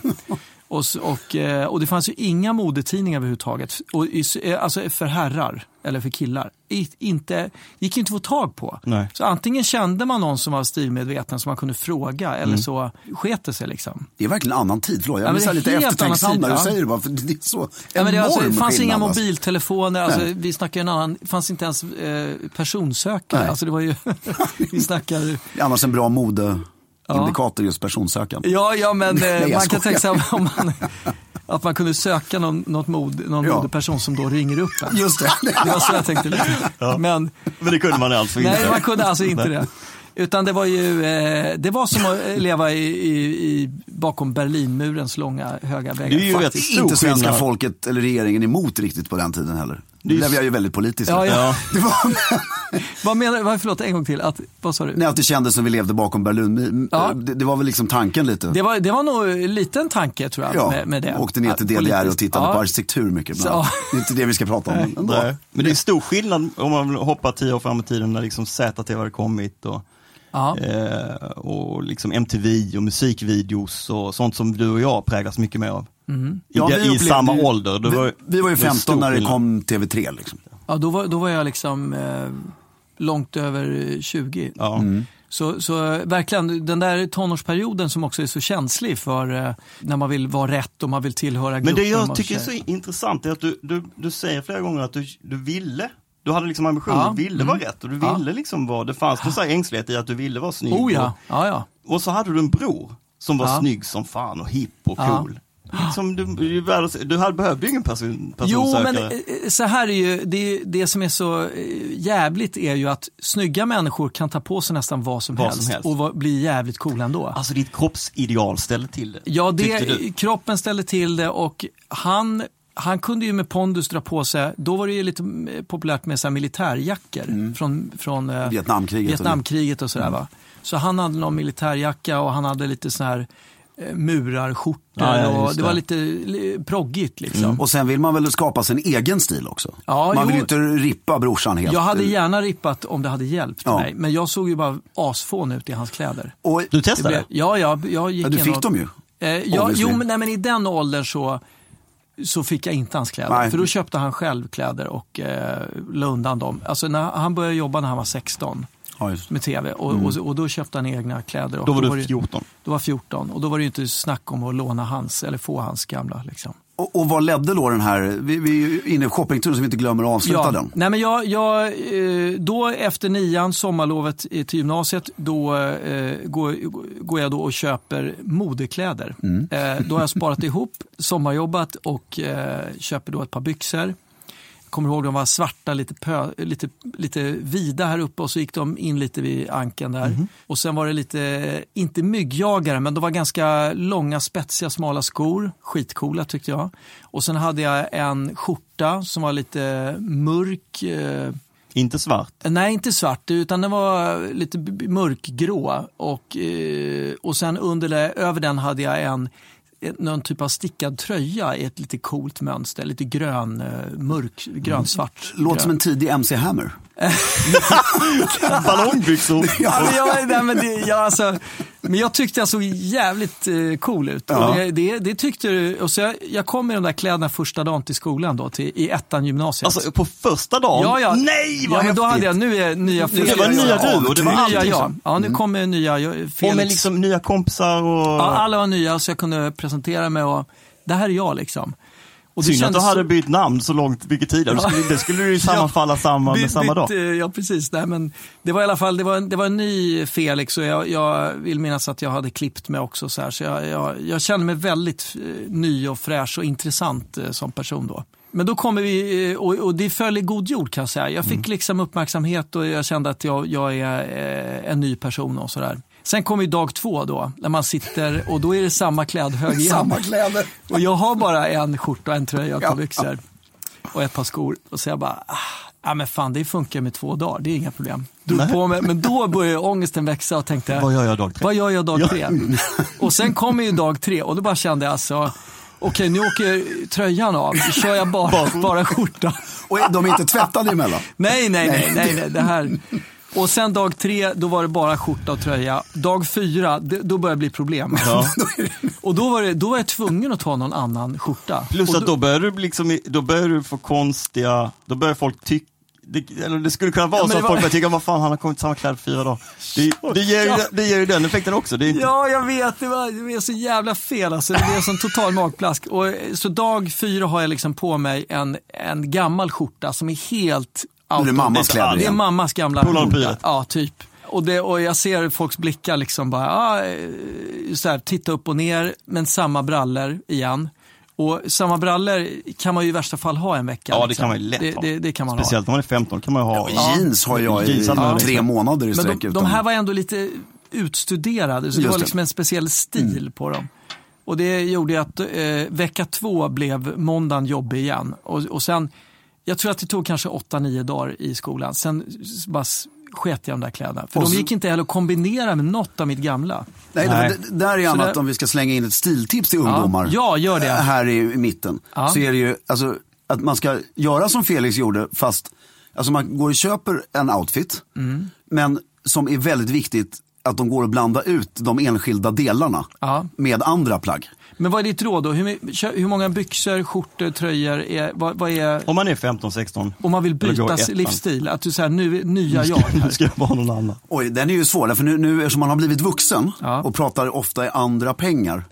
Speaker 4: Och, s- och, eh, och det fanns ju inga modetidningar överhuvudtaget. Och, i s- eh, alltså för herrar eller för killar. I, inte, gick ju inte att få tag på.
Speaker 5: Nej.
Speaker 4: Så antingen kände man någon som var stilmedveten som man kunde fråga
Speaker 5: Mm.
Speaker 4: eller så sket det sig liksom.
Speaker 1: Det är verkligen en annan tid, förlåt. Jag
Speaker 4: Ja, men
Speaker 1: blir
Speaker 4: det
Speaker 1: så här
Speaker 4: är
Speaker 1: lite
Speaker 4: helt
Speaker 1: eftertänksam
Speaker 4: annan
Speaker 1: när du
Speaker 4: tid, ja.
Speaker 1: säger det bara, för det är så
Speaker 4: Ja, men det, alltså, det
Speaker 1: enorm
Speaker 4: fanns inga
Speaker 1: skillnad, alltså.
Speaker 4: mobiltelefoner, alltså, vi snackar ju en annan, det fanns inte ens eh, personsökare.
Speaker 1: Nej.
Speaker 4: Alltså, det var ju, vi snackar...
Speaker 1: Det är Annars en bra modeindikator just personsökande.
Speaker 4: Ja, ja men eh,
Speaker 1: Nej, jag
Speaker 4: man kan
Speaker 1: skojar.
Speaker 4: tänka sig att om man, att man kunde söka någon, något mod, någon
Speaker 1: Ja.
Speaker 4: modeperson som då ringer upp en.
Speaker 1: Just det.
Speaker 4: Det var så jag tänkte lite. Men,
Speaker 5: Men det kunde man alltså inte.
Speaker 4: nej, man kunde alltså inte det. Utan det var ju, eh, det var som att leva i, i, i, bakom Berlinmurens långa höga väggar.
Speaker 5: Det är ju rätt
Speaker 4: faktiskt.
Speaker 5: Stor
Speaker 1: inte svenska
Speaker 5: skillnad.
Speaker 1: folket eller regeringen emot riktigt på den tiden heller. Det blev jag ju väldigt politisk.
Speaker 4: Ja, ja.
Speaker 5: Ja.
Speaker 1: Det var,
Speaker 4: Vad menar du? Vad- Förlåt, en gång till. Att, vad sa du?
Speaker 1: nej, att det kändes som vi levde bakom Berlin.
Speaker 4: Ja.
Speaker 1: Det, det var väl liksom tanken lite.
Speaker 4: Det var, det var nog en liten tanke tror jag
Speaker 1: ja.
Speaker 4: med, med det.
Speaker 1: Åkte ner till
Speaker 4: Att
Speaker 1: DDR och
Speaker 4: politiskt-
Speaker 1: tittade
Speaker 4: ja.
Speaker 1: på arkitektur mycket.
Speaker 4: Så-
Speaker 1: Bland. annat. Det är inte det vi ska prata om. men ändå.
Speaker 5: Nej. Men det är stor skillnad om man hoppar tio år fram i tiden när liksom ZTV hade kommit och,
Speaker 4: Ja.
Speaker 5: eh, och liksom MTV och musikvideos och sånt som du och jag präglas mycket mer av.
Speaker 4: Mm.
Speaker 5: I,
Speaker 1: Ja,
Speaker 5: de-
Speaker 1: vi
Speaker 5: i
Speaker 1: upplevde
Speaker 5: samma
Speaker 1: ju-
Speaker 5: ålder. Det var,
Speaker 1: Vi var ju
Speaker 5: det är stor
Speaker 1: 15 när det
Speaker 5: skillnad.
Speaker 1: kom TV3. Liksom.
Speaker 4: Ja, då, var, då var jag liksom eh, långt över eh, 20.
Speaker 5: Ja.
Speaker 4: Så, så eh, verkligen, den där tonårsperioden som också är så känslig för eh, när man vill vara rätt och man vill tillhöra
Speaker 5: Men
Speaker 4: gruppen.
Speaker 5: det jag
Speaker 4: och
Speaker 5: tycker är så
Speaker 4: tjejer.
Speaker 5: intressant är att du, du, du säger flera gånger att du, du ville, du hade liksom ambitionen,
Speaker 4: Ja. Mm.
Speaker 5: du ville vara rätt och du
Speaker 4: Ja.
Speaker 5: ville liksom vara, det fanns någon så här ängslighet i att du ville vara snygg.
Speaker 4: Oh ja, ja, ja.
Speaker 5: Och så hade du en bror som var
Speaker 4: Ja.
Speaker 5: snygg som fan och hipp och
Speaker 4: Ja.
Speaker 5: cool. Som du, du, världens- du hade behövde ju ingen person,
Speaker 4: Jo,
Speaker 5: personsökare.
Speaker 4: men eh, eh, så här är ju, det, är ju- det som är så eh, jävligt är ju att snygga människor kan ta på sig nästan vad som,
Speaker 5: Vad som
Speaker 4: helst,
Speaker 5: helst.
Speaker 4: och va- bli jävligt coola ändå.
Speaker 5: Alltså ditt kroppsideal ställde till det.
Speaker 4: Ja,
Speaker 5: tyckte
Speaker 4: det,
Speaker 5: du.
Speaker 4: kroppen ställde till det och han, han kunde ju med pondus dra på sig, då var det ju lite eh, populärt med så här militärjackor
Speaker 5: Mm.
Speaker 4: från, från eh,
Speaker 1: Vietnamkriget och-
Speaker 4: Vietnamkriget och sådär va. Så han hade någon militärjacka och han hade lite sån här eh, murarskjortor
Speaker 5: Ja, ja, just
Speaker 4: och det var
Speaker 5: det. Mm.
Speaker 4: lite li- proggigt liksom.
Speaker 1: Och sen vill man väl skapa sin egen stil också.
Speaker 4: Ja,
Speaker 1: man vill
Speaker 4: jo.
Speaker 1: ju inte rippa brorsan helt.
Speaker 4: Jag hade gärna rippat om det hade hjälpt
Speaker 1: Ja.
Speaker 4: mig, men jag såg ju bara asfån ut i hans kläder.
Speaker 1: Och,
Speaker 5: Du
Speaker 4: Det blev-
Speaker 5: testade?
Speaker 4: Ja, ja, jag gick
Speaker 1: Ja, du
Speaker 4: in
Speaker 1: fick
Speaker 4: och-
Speaker 1: dem ju.
Speaker 4: Eh, ja,
Speaker 1: Obviously.
Speaker 4: jo, men, nej, men i den åldern så, så fick jag inte hans kläder.
Speaker 1: Nej.
Speaker 4: För då köpte han själv kläder och eh, la undan dem. Alltså, när, han började jobba när han var 16
Speaker 1: Ja, just.
Speaker 4: med tv och,
Speaker 1: Mm.
Speaker 4: och, och då köpte han egna kläder. Och
Speaker 5: Då var du
Speaker 4: det-
Speaker 5: 14.
Speaker 4: Då var jag 14 och då var det ju inte snack om att låna hans eller få hans gamla. Liksom.
Speaker 1: Och Och, och vad ledde då den här, vi, vi är ju inne i shoppingturen så vi inte glömmer att avsluta den.
Speaker 4: Nej, men jag, jag, eh, då efter nian, sommarlovet i- till gymnasiet, då eh, går, går jag då och köper modekläder.
Speaker 1: Mm.
Speaker 4: Eh, då har jag sparat ihop, sommarjobbat och eh, köper då ett par byxor. Jag kommer ihåg de var svarta, lite, pö, lite, lite vida här uppe och så gick de in lite vid ankeln där.
Speaker 1: Mhm.
Speaker 4: Och sen var det lite, inte myggjagare, men de var ganska långa, spetsiga, smala skor. Skitcoola tyckte jag. Och sen hade jag en skjorta som var lite mörk. Eh,
Speaker 5: Inte svart.
Speaker 4: Nej, inte svart, utan den var lite b- b- mörkgrå. Och, eh, och sen under det, över den hade jag en en- någon typ av stickad tröja i ett lite coolt mönster, lite grön, eh, mörk, grönsvart.
Speaker 1: Mm. Låter
Speaker 4: grön.
Speaker 1: som en tidig MC Hammer.
Speaker 5: Ballongbyxor.
Speaker 4: Ja, men, jag, nej, men, det, jag, alltså, men jag tyckte jag såg jävligt eh, cool ut. Och det, det, det tyckte du. Och så jag, jag kom i de där kläderna första dagen till skolan då, till, i ettan gymnasiet.
Speaker 5: Alltså på första dagen?
Speaker 4: ja, ja.
Speaker 5: Nej vad
Speaker 4: ja, men
Speaker 5: häftigt!
Speaker 4: då hade jag nu är nya fler.
Speaker 5: Det var nya du och det var
Speaker 4: nya
Speaker 5: allt,
Speaker 4: jag.
Speaker 5: liksom.
Speaker 4: Ja, nu kommer nya jag, Felix.
Speaker 5: Och med liksom nya kompisar och...
Speaker 4: ja, alla var nya så jag kunde presentera mig och det här är jag liksom. Och
Speaker 5: Synd att du
Speaker 4: kändes
Speaker 5: hade
Speaker 4: så-
Speaker 5: bytt namn så långt mycket tidigare. Det skulle, det skulle ju sammanfalla samma,
Speaker 4: Bytt-
Speaker 5: med samma dag.
Speaker 4: bytt, eh, Ja, precis. Nej, men det var i alla fall det var en, det var en ny Felix och jag, jag vill minnas att jag hade klippt mig också. Så, här, så jag, jag, jag kände mig väldigt eh, ny och fräsch och intressant eh, som person då. Men då kommer vi, eh, och, och det föll i god jord kan jag säga. Jag
Speaker 5: Mm.
Speaker 4: fick liksom uppmärksamhet och jag kände att jag, jag är eh, en ny person och sådär. Sen kommer ju dag två då, när man sitter och då är det samma klädhög igen.
Speaker 1: Samma kläder.
Speaker 4: Och jag har bara en skjorta, och en tröja och ett par byxor och ett par skor. Och så jag bara, ah, ja men fan det funkar med två dagar, det är inga problem. Drog på mig, men då började ångesten växa och tänkte,
Speaker 5: Vad gör jag dag tre?
Speaker 4: eh, Vad gör jag dag tre? Och sen kommer ju dag tre och då bara kände jag alltså, okej nu åker tröjan av, Nu kör jag bara, bara skjortan.
Speaker 1: Och de är inte tvättade emellan.
Speaker 4: Nej, nej, nej, nej, nej, det här. Och sen dag tre, då var det bara skjorta och tröja. Dag fyra, d- då började det bli problem. och då var, det, då var jag tvungen att ta någon annan skjorta.
Speaker 5: Plus
Speaker 4: och
Speaker 5: att då börjar du liksom, i- då börjar du få konstiga, då börjar folk tycka det, eller det skulle kunna vara
Speaker 4: Ja, men
Speaker 5: så
Speaker 4: det
Speaker 5: att
Speaker 4: var-
Speaker 5: folk börjar tycka, vad fan han har kommit i samma kläder fyra dagar. Det, det, ger, ju, det ger ju den effekten också. Det är inte,
Speaker 4: Ja, jag vet. Det var, det var så jävla fel. Alltså. Det blev sån total magplask. Och, eh, så dag fyra har jag liksom på mig en, en gammal skjorta som är helt
Speaker 1: Nu är det mammas
Speaker 5: Det är
Speaker 1: kläder
Speaker 4: Det är
Speaker 1: igen.
Speaker 4: mammas gamla
Speaker 5: Polarpyret.
Speaker 4: skjorta. Ja, typ. Och, det, och jag ser folks blickar liksom bara, ah, eh, så här, titta upp och ner, men samma brallor igen. Och samma brallor kan man ju i värsta fall ha en vecka.
Speaker 5: ja det
Speaker 4: liksom.
Speaker 5: kan man ju lätt
Speaker 4: det,
Speaker 5: ha.
Speaker 4: det, det kan man ha.
Speaker 5: Speciellt när man är 15 kan man ju ha.
Speaker 1: Jeans har jag i
Speaker 5: Jeans hade man
Speaker 1: tre
Speaker 5: också.
Speaker 1: månader i
Speaker 4: Men
Speaker 1: sträck.
Speaker 4: de,
Speaker 1: utan-
Speaker 4: de här var ändå lite utstuderade,
Speaker 1: Just
Speaker 4: så det var
Speaker 1: det. Mm.
Speaker 4: liksom en speciell stil på dem. Och det gjorde ju att eh, vecka två blev måndagen jobbig igen. Och, och sen, jag tror att det tog kanske 8-9 dagar i skolan. Sen s- bara s- sket jag i de där kläderna. För
Speaker 1: Och
Speaker 4: de
Speaker 1: så-
Speaker 4: gick inte heller att kombinera med något av mitt gamla.
Speaker 1: Nej,
Speaker 5: Nej.
Speaker 1: Det, det där är annat
Speaker 4: där-
Speaker 1: om vi ska slänga in ett stiltips till
Speaker 4: Ja,
Speaker 1: ungdomar.
Speaker 4: ja, gör det.
Speaker 1: Äh, Här i i mitten.
Speaker 4: Ja.
Speaker 1: Så är det ju, alltså, att man ska göra som Felix gjorde, fast alltså, man går och köper en outfit.
Speaker 4: Mm.
Speaker 1: Men som är väldigt viktigt att de går att blanda ut de enskilda delarna
Speaker 4: Ja.
Speaker 1: med andra plagg.
Speaker 4: Men vad är ditt råd då? Hur, my- kö- hur många byxor, skjortor, tröjor? Är, vad, vad är,
Speaker 5: Om man är 15-16.
Speaker 4: om man vill
Speaker 5: Eller går
Speaker 4: byta
Speaker 5: i ettan.
Speaker 4: livsstil? Att du säger nu nya jag här.
Speaker 5: Nu ska jag vara någon annan.
Speaker 1: Oj, den är ju svår, för nu, nu eftersom man har blivit vuxen
Speaker 4: Ja. Mm.
Speaker 1: och pratar ofta i andra pengar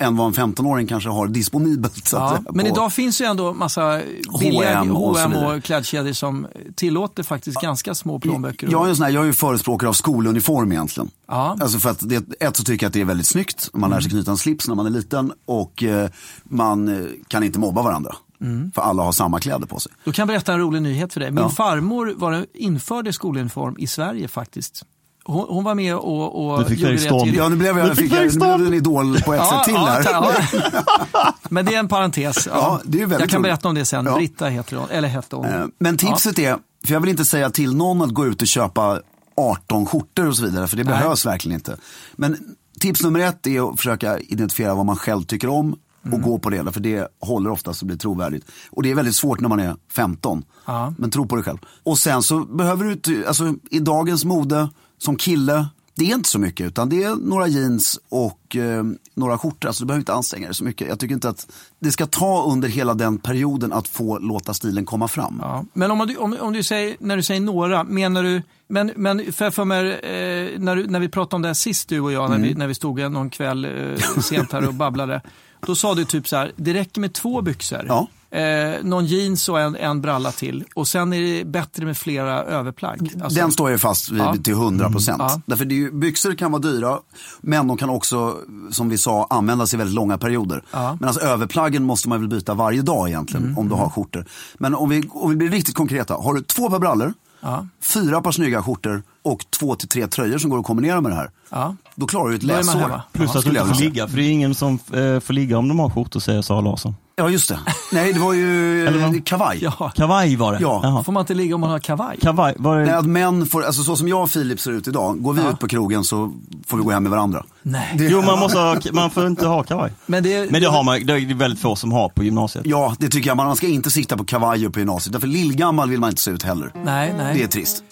Speaker 1: än vad en 15-åring kanske har disponibelt. Så att
Speaker 4: Ja,
Speaker 1: säga,
Speaker 4: men
Speaker 1: på-
Speaker 4: idag finns ju ändå massa billiga
Speaker 1: H&M och så
Speaker 4: H&M
Speaker 1: vidare.
Speaker 4: och klädkedjor som tillåter faktiskt ganska små plånböcker.
Speaker 1: Jag är, en sån här, jag är ju förespråkare av skoluniform egentligen.
Speaker 4: Ja. Mm.
Speaker 1: Alltså för att det, ett så tycker jag att det är väldigt snyggt. Man lär sig knyta en slips när man är liten och eh, man eh, kan inte mobba varandra.
Speaker 4: Mm.
Speaker 1: För alla har samma kläder på sig.
Speaker 4: Då kan jag berätta en rolig nyhet för dig. Min
Speaker 1: Ja.
Speaker 4: farmor var, en- införde skoluniform i Sverige faktiskt. Hon, hon var med och, och
Speaker 5: Du fick
Speaker 4: gjorde
Speaker 5: Eriksson.
Speaker 4: till-
Speaker 1: Ja, nu blev jag,
Speaker 5: Nu fick
Speaker 1: fick jag,
Speaker 5: jag
Speaker 1: nu blev du en idol på ett sätt till här.
Speaker 4: ja, ja. Men det är en parentes. Ja.
Speaker 1: Ja, det är väldigt
Speaker 4: jag kan
Speaker 1: roligt.
Speaker 4: berätta om det sen.
Speaker 1: Ja.
Speaker 4: Britta heter hon, eller hette hon.
Speaker 1: Eh, Men tipset är, för jag vill inte säga till någon att gå ut och köpa 18 skjortor och så vidare, för det behövs verkligen inte. Men tips nummer ett är att försöka identifiera vad man själv tycker om och gå på det, för det håller oftast och blir trovärdigt. Och det är väldigt svårt när man är 15,
Speaker 4: Ja.
Speaker 1: men tro på dig själv. Och sen så behöver du, inte- alltså i dagens mode, som kille, det är inte så mycket, utan det är några jeans och eh, några skjortor. Alltså du behöver inte anstränga dig så mycket. Jag tycker inte att det ska ta under hela den perioden att få låta stilen komma fram.
Speaker 4: Ja. Men om, du, om, om du säger, när du säger några, menar du, men, men för, för mig,
Speaker 5: Mm.
Speaker 4: eh, när, du, när vi pratade om det här sist du och jag, när, vi, när vi stod någon kväll eh, sent här och babblade, Då sa du typ så här, det räcker med två byxor.
Speaker 1: Ja.
Speaker 4: Eh, någon jeans och en, en bralla till. Och sen är det bättre med flera överplagg. Alltså,
Speaker 1: Den står jag ju fast vid
Speaker 4: Ja.
Speaker 1: till 100 procent.
Speaker 4: Mm, ja.
Speaker 1: Därför det är ju, byxor kan vara dyra, men de kan också, som vi sa, användas i väldigt långa perioder.
Speaker 4: Ja. Mm.
Speaker 1: Men alltså överplaggen måste man väl byta varje dag egentligen, om du har skjortor. Men om vi, om vi blir riktigt konkreta, har du två par brallor,
Speaker 4: Ja.
Speaker 1: fyra par snygga skjortor och två till tre tröjor som går att kombinera med det här.
Speaker 4: Ja.
Speaker 1: Då klarar du ett
Speaker 4: Då är man
Speaker 1: läsår.
Speaker 4: hemma.
Speaker 1: Ja,
Speaker 5: Plus
Speaker 4: Plus
Speaker 5: att du
Speaker 1: skulle jag
Speaker 5: inte får
Speaker 1: vilja säga.
Speaker 5: ligga, för det är ingen som eh, får ligga om de har skjortor, säger Sara Larsson.
Speaker 1: Ja, just det. Nej, det var ju
Speaker 5: Eller
Speaker 1: eh,
Speaker 5: vad?
Speaker 1: kavaj.
Speaker 4: ja.
Speaker 5: Kavaj var det.
Speaker 1: Ja,
Speaker 5: Jaha.
Speaker 4: Får man inte ligga om man har kavaj?
Speaker 5: Kavaj, var det?
Speaker 1: Nej, att män får, alltså så som jag och Filip ser ut idag, går vi ut på krogen så får vi gå hem med varandra.
Speaker 4: Nej.
Speaker 1: Det-
Speaker 5: Jo, man, måste ha, man får inte ha kavaj.
Speaker 4: Men det-
Speaker 5: Men det har man, det är väldigt få som har på gymnasiet.
Speaker 1: Ja, det tycker jag. Man ska inte sitta på kavajer på gymnasiet. Därför lillgammal vill man inte se ut heller.
Speaker 4: Nej, nej.
Speaker 1: Det är trist.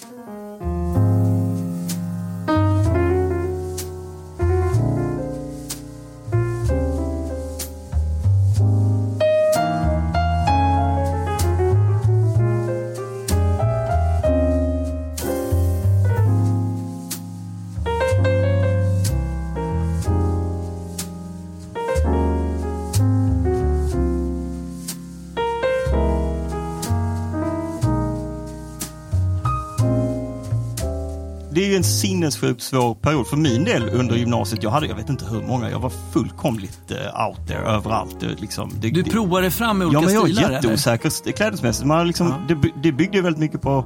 Speaker 5: Det är ju en sinnessjukt svår period för min del under gymnasiet. Jag hade, jag vet inte hur många, jag var fullkomligt eh, out there överallt. Det, liksom, det,
Speaker 4: Du
Speaker 5: det-
Speaker 4: provar dig fram med olika
Speaker 5: Ja, men jag
Speaker 4: stilar?
Speaker 5: är
Speaker 4: eller?
Speaker 5: jätteosäker st- klädesmässigt. Man har liksom, det, by- det byggde ju väldigt mycket på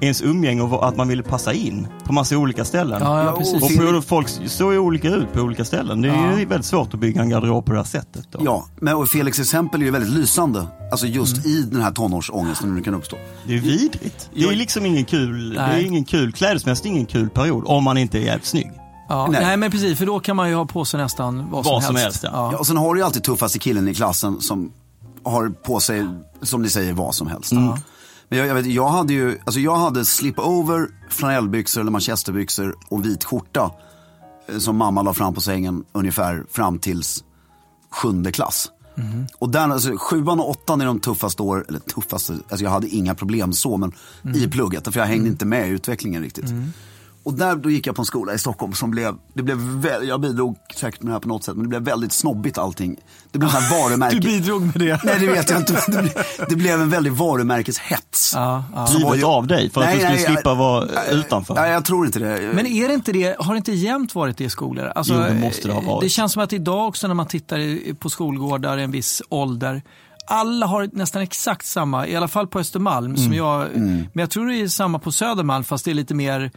Speaker 5: ens umgänge och vad- att man ville passa in på massa olika ställen.
Speaker 4: Ja, ja,
Speaker 1: Ja,
Speaker 4: precis.
Speaker 5: Och på, folk såg ju olika ut på olika ställen. Det är ju väldigt svårt att bygga en garderob på det här sättet. Då.
Speaker 1: Ja, men och Felix exempel är ju väldigt lysande. Alltså just i den här tonårsångesten nu kan uppstå.
Speaker 5: Det är vidrigt. Det är liksom ingen kul, det är
Speaker 4: Nej.
Speaker 5: ingen kul klädesmässigt, ingen kul period om man inte är jävligt snygg.
Speaker 4: Ja,
Speaker 1: Nej.
Speaker 4: nej. men precis, för då kan man ju ha på sig nästan vad som
Speaker 5: Vad
Speaker 4: helst.
Speaker 5: som helst, ja.
Speaker 1: Ja, och sen har du ju alltid tuffaste killen i klassen som har på sig, som ni säger, vad som helst. Men jag, jag, vet, jag hade ju, alltså jag hade slipover, flanellbyxor eller manchesterbyxor och vit skjorta. eh, Som mamma la fram på sängen ungefär fram tills sjunde klass. Och där, alltså, sjuan och åttan är de tuffaste år, eller tuffaste, alltså jag hade inga problem så, men
Speaker 4: Mm.
Speaker 1: i plugget, för jag hängde inte med i utvecklingen riktigt. Och där då gick jag på en skola i Stockholm som blev, det blev vä- jag bidrog säkert med det här på något sätt, men det blev väldigt snobbigt allting. Det blev en sån här varumärke.
Speaker 4: Du bidrog med det.
Speaker 1: Nej det vet jag inte, men det, blev- det blev en väldigt varumärkeshets.
Speaker 4: Ja, ja.
Speaker 1: Som var
Speaker 5: Drivet av dig för att du skulle slippa vara
Speaker 1: nej,
Speaker 5: utanför.
Speaker 1: Nej, jag tror inte det.
Speaker 4: Men är det inte det, har det inte jämt varit det i skolor? Alltså,
Speaker 5: Jo, det måste det ha varit.
Speaker 4: Det känns som att idag också när man tittar i- på skolgårdar i en viss ålder, alla har nästan exakt samma, i alla fall på Östermalm, som
Speaker 1: Mm.
Speaker 4: jag, men jag tror det är samma på Södermalm fast det är lite mer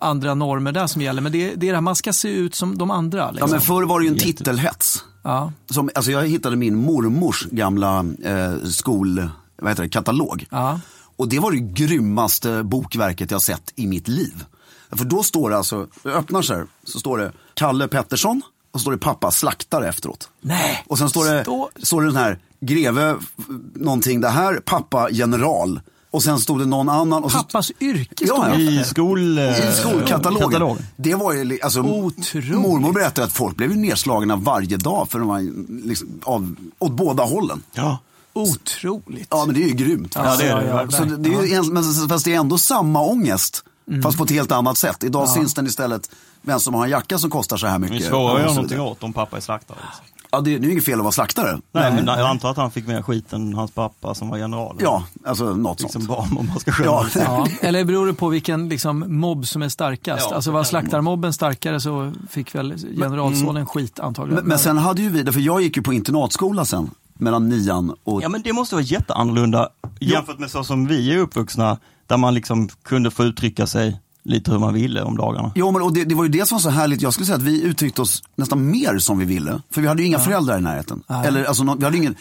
Speaker 4: andra normer där som gäller. Men det, det är det här, man ska se ut som de andra.
Speaker 1: ja,
Speaker 4: Liksom.
Speaker 1: men förr var det ju en titelhets.
Speaker 4: Ja.
Speaker 1: Som, alltså jag hittade min mormors gamla eh, skol, vad heter det, katalog.
Speaker 4: Ja.
Speaker 1: Och det var det grymmaste bokverket jag sett i mitt liv. För då står det alltså, jag öppnar så här, så står det Kalle Pettersson och så står det pappa slaktare efteråt.
Speaker 4: Nej.
Speaker 1: Och sen står det,
Speaker 4: Stå-
Speaker 1: står det den här greve f- någonting det här, pappa general. Och sen stod det någon annan. Och så,
Speaker 4: Pappas yrke
Speaker 1: Ja,
Speaker 4: står
Speaker 1: ja.
Speaker 4: det.
Speaker 5: I skol, eh,
Speaker 1: i skolkatalogen.
Speaker 5: katalogen.
Speaker 1: Det var ju, li- alltså,
Speaker 4: Otroligt.
Speaker 1: mormor berättade att folk blev ju nedslagna varje dag för de var liksom, av, åt båda hållen.
Speaker 5: Ja.
Speaker 4: Otroligt.
Speaker 1: Ja men det är ju grymt.
Speaker 4: Ja, det är det, verkligen.
Speaker 1: så det, det är ju, en- men, så- fast det är ändå samma ångest.
Speaker 5: Mm.
Speaker 1: Fast på ett helt annat sätt. Idag syns den istället vem som har en jacka som kostar så här
Speaker 5: Det är
Speaker 1: mycket.
Speaker 5: svårare
Speaker 1: och
Speaker 5: att göra
Speaker 1: så
Speaker 5: någonting
Speaker 1: vidare.
Speaker 5: åt om pappa är slaktare. Liksom.
Speaker 1: Ja, det, det är ju inget fel att vara slaktare.
Speaker 5: Nej, men jag antar att han fick mer skit än hans pappa som var general.
Speaker 1: Ja, alltså något
Speaker 5: Liksom
Speaker 1: sånt.
Speaker 5: barn om man ska skämma.
Speaker 1: Ja.
Speaker 5: ut.
Speaker 4: Ja, eller beror det på vilken liksom, mobb som är starkast?
Speaker 5: Ja,
Speaker 4: alltså var slaktarmobben starkare så fick väl generalsonen skit antagligen.
Speaker 1: Men, men sen hade ju vi, för jag gick ju på internatskola sen. Mellan nian och...
Speaker 5: Ja men det måste vara jätteannorlunda jämfört med så som vi är uppvuxna, där man liksom kunde få uttrycka sig lite hur man ville om dagarna.
Speaker 1: Jo, men och det, det var ju det som var så härligt. Jag skulle säga att vi uttryckte oss nästan mer som vi ville. För vi hade ju inga föräldrar i närheten. Eller, alltså, nå- vi hade ju ingen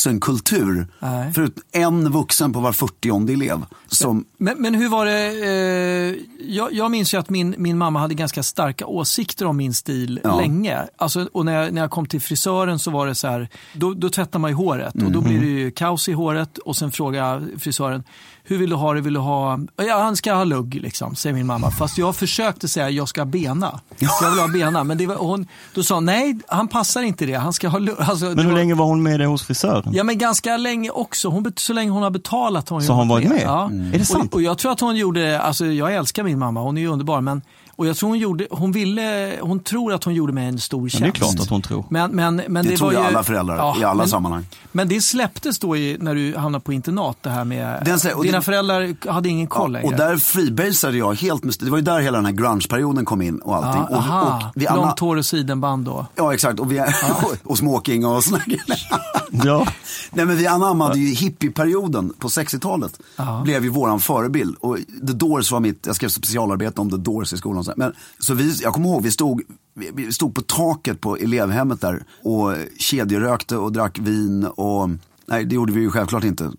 Speaker 1: vuxenkultur.
Speaker 4: Nej.
Speaker 1: Förut en vuxen på var 40 elev. Som,
Speaker 4: Men, men hur var det? Eh, jag, jag minns ju att min, min mamma hade ganska starka åsikter om min stil
Speaker 1: Ja.
Speaker 4: länge. Alltså, och när jag, när jag kom till frisören så var det så här, då, då tvättar man ju håret och då blir det ju kaos i håret och sen frågar frisören, hur vill du ha det? Vill du ha, ja han ska ha lugg liksom, säger min mamma. Fast jag försökte säga, jag ska ha bena. Jag vill ha bena. Men det var, och hon, då sa hon, nej han passar inte i det, han ska ha lugg. Alltså, det
Speaker 5: Men hur
Speaker 4: var-
Speaker 5: länge var hon med dig hos frisören?
Speaker 4: Ja men ganska länge också. Hon, bet- så länge hon har betalat har hon ju
Speaker 5: Så har hon varit med?
Speaker 4: Ja.
Speaker 5: Mm. Är det sant?
Speaker 4: Och, och jag tror att hon gjorde, alltså jag älskar min mamma, hon är ju underbar men Och jag tror hon gjorde, hon ville, hon tror att hon gjorde mig en stor tjänst.
Speaker 5: Men det är klart att hon tror.
Speaker 4: Men, men, men
Speaker 1: Det,
Speaker 4: det,
Speaker 1: tror
Speaker 4: var
Speaker 1: ju
Speaker 4: ju
Speaker 1: alla föräldrar i alla
Speaker 4: men,
Speaker 1: sammanhang.
Speaker 4: Men det släpptes då i, när du hamnade på internat det här med,
Speaker 1: Den sä- och
Speaker 4: dina
Speaker 1: det-
Speaker 4: föräldrar hade ingen koll
Speaker 1: Ja,
Speaker 4: längre.
Speaker 1: och där freebasade jag helt med, det var ju där hela den här grungeperioden kom in och allting. och,
Speaker 4: Ja, Ah, aha,
Speaker 1: och vi alla-
Speaker 4: långt hår Ah. och sidenband då.
Speaker 1: Ja exakt, och, vi, och, och smoking och sådana grejer.
Speaker 5: Ja.
Speaker 1: Nej men vi anammade ju hippieperioden på 60-talet. Blev ju våran förebild. Och The Doors var mitt, jag skrev specialarbete om The Doors i skolan. och så här. Men, så vi, jag kommer ihåg, vi stod, vi, vi stod på taket på elevhemmet där och kedjerökte och drack vin och, nej det gjorde vi ju självklart inte.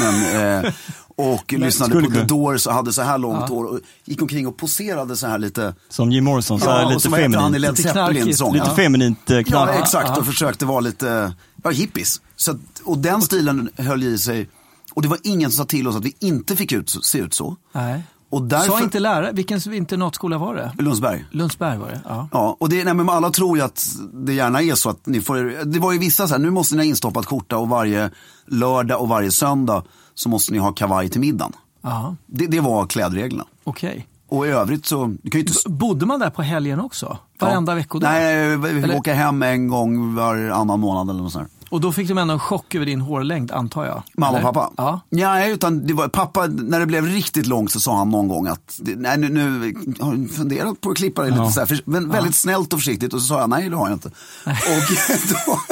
Speaker 1: Men, eh, och lyssnade
Speaker 5: skulle
Speaker 1: på The
Speaker 5: kunna.
Speaker 1: Doors och hade så här långt hår och gick omkring och poserade så här lite,
Speaker 5: Som Jim Morrison, så här,
Speaker 1: och
Speaker 5: lite
Speaker 1: så vad heter han i
Speaker 5: feminint.
Speaker 1: Led
Speaker 4: Lite knarkigt.
Speaker 1: Zeppelin sång.
Speaker 5: Lite
Speaker 1: Ja.
Speaker 5: feminint eh, knark.
Speaker 1: Ja, exakt. Och försökte vara lite ja, hippies. Så, att- och den stilen höll i sig. Och det var ingen som sa till oss att vi inte fick ut, se ut så.
Speaker 4: Nej.
Speaker 1: Och därför...
Speaker 4: Sa inte lärare, vilken internatskola var det?
Speaker 1: Lundsberg.
Speaker 4: Lundsberg var det, ja.
Speaker 1: Ja, och det, nej, men alla tror ju att det gärna är så att ni får, det var ju vissa så här, nu måste ni ha instoppat skjorta och varje lördag och varje söndag så måste ni ha kavaj till middagen.
Speaker 4: ja.
Speaker 1: Det, det var klädreglerna.
Speaker 4: Okej.
Speaker 1: Och i övrigt så, du kan ju inte...
Speaker 4: Bodde man där på helgen också? Varenda veckodag?
Speaker 1: Nej, vi fick
Speaker 4: Eller-
Speaker 1: åka hem en gång varannan månad eller något sånt där.
Speaker 4: Och då fick de ändå en chock över din hårlängd, antar jag?
Speaker 1: Mamma
Speaker 4: Eller?
Speaker 1: och pappa?
Speaker 4: Ja.
Speaker 1: Nej, utan det var, pappa, när det blev riktigt långt så sa han någon gång att, det- nej nu, nu har du funderat på att klippa dig lite så här, för, men väldigt snällt och försiktigt och så sa jag nej det har jag inte. Och,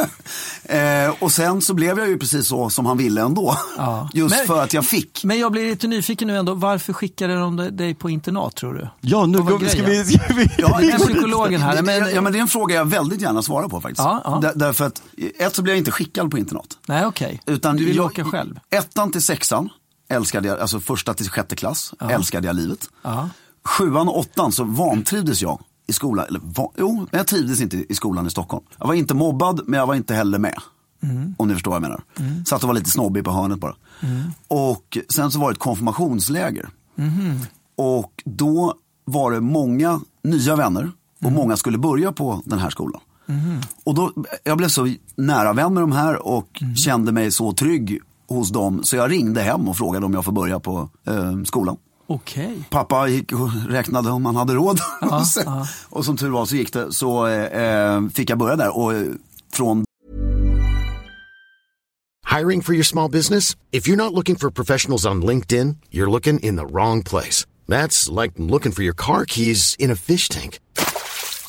Speaker 1: då, eh, och sen så blev jag ju precis så som han ville ändå.
Speaker 4: Ja.
Speaker 1: Just
Speaker 4: Men-
Speaker 1: för att jag fick.
Speaker 4: Men jag blir lite nyfiken nu ändå, varför skickade de dig på internat tror du?
Speaker 5: Ja, nu
Speaker 4: Vad var
Speaker 5: går, ska,
Speaker 4: grejen?
Speaker 5: vi, ska vi...
Speaker 1: Ja,
Speaker 4: Det är psykologen här,
Speaker 1: det- det-
Speaker 4: men-
Speaker 1: ja, men det är en fråga jag väldigt gärna svarar på faktiskt.
Speaker 4: Ja, ja.
Speaker 1: Där, därför att, ett så blev jag inte skickad på internat.
Speaker 4: Nej, okej.
Speaker 1: Utan
Speaker 4: du vill
Speaker 1: jag,
Speaker 4: åka själv?
Speaker 1: Ettan till sexan, älskade jag, alltså första till sjätte klass, älskade jag livet.
Speaker 4: Ja.
Speaker 1: Sjuan och åttan så vantrivdes jag i skolan. Eller, va, jo, men jag trivdes inte i skolan i Stockholm. Jag var inte mobbad, men jag var inte heller med.
Speaker 4: Mm.
Speaker 1: Om ni förstår vad jag menar. Satt och var lite snobbig på hörnet bara. Och sen så var det ett konfirmationsläger. Och då var det många nya vänner och många skulle börja på den här skolan. Och då, jag blev så nära vän med de här och kände mig så trygg hos dem så jag ringde hem och frågade om jag får börja på eh, skolan.
Speaker 4: Okej.
Speaker 1: Pappa gick och räknade om han hade råd. och, sen, och som tur var så gick det. Så eh, eh, fick jag börja där. Och eh, från
Speaker 6: Hiring for your small business? If you're not looking for professionals on LinkedIn, you're looking in the wrong place. That's like looking for your car keys in a fish tank.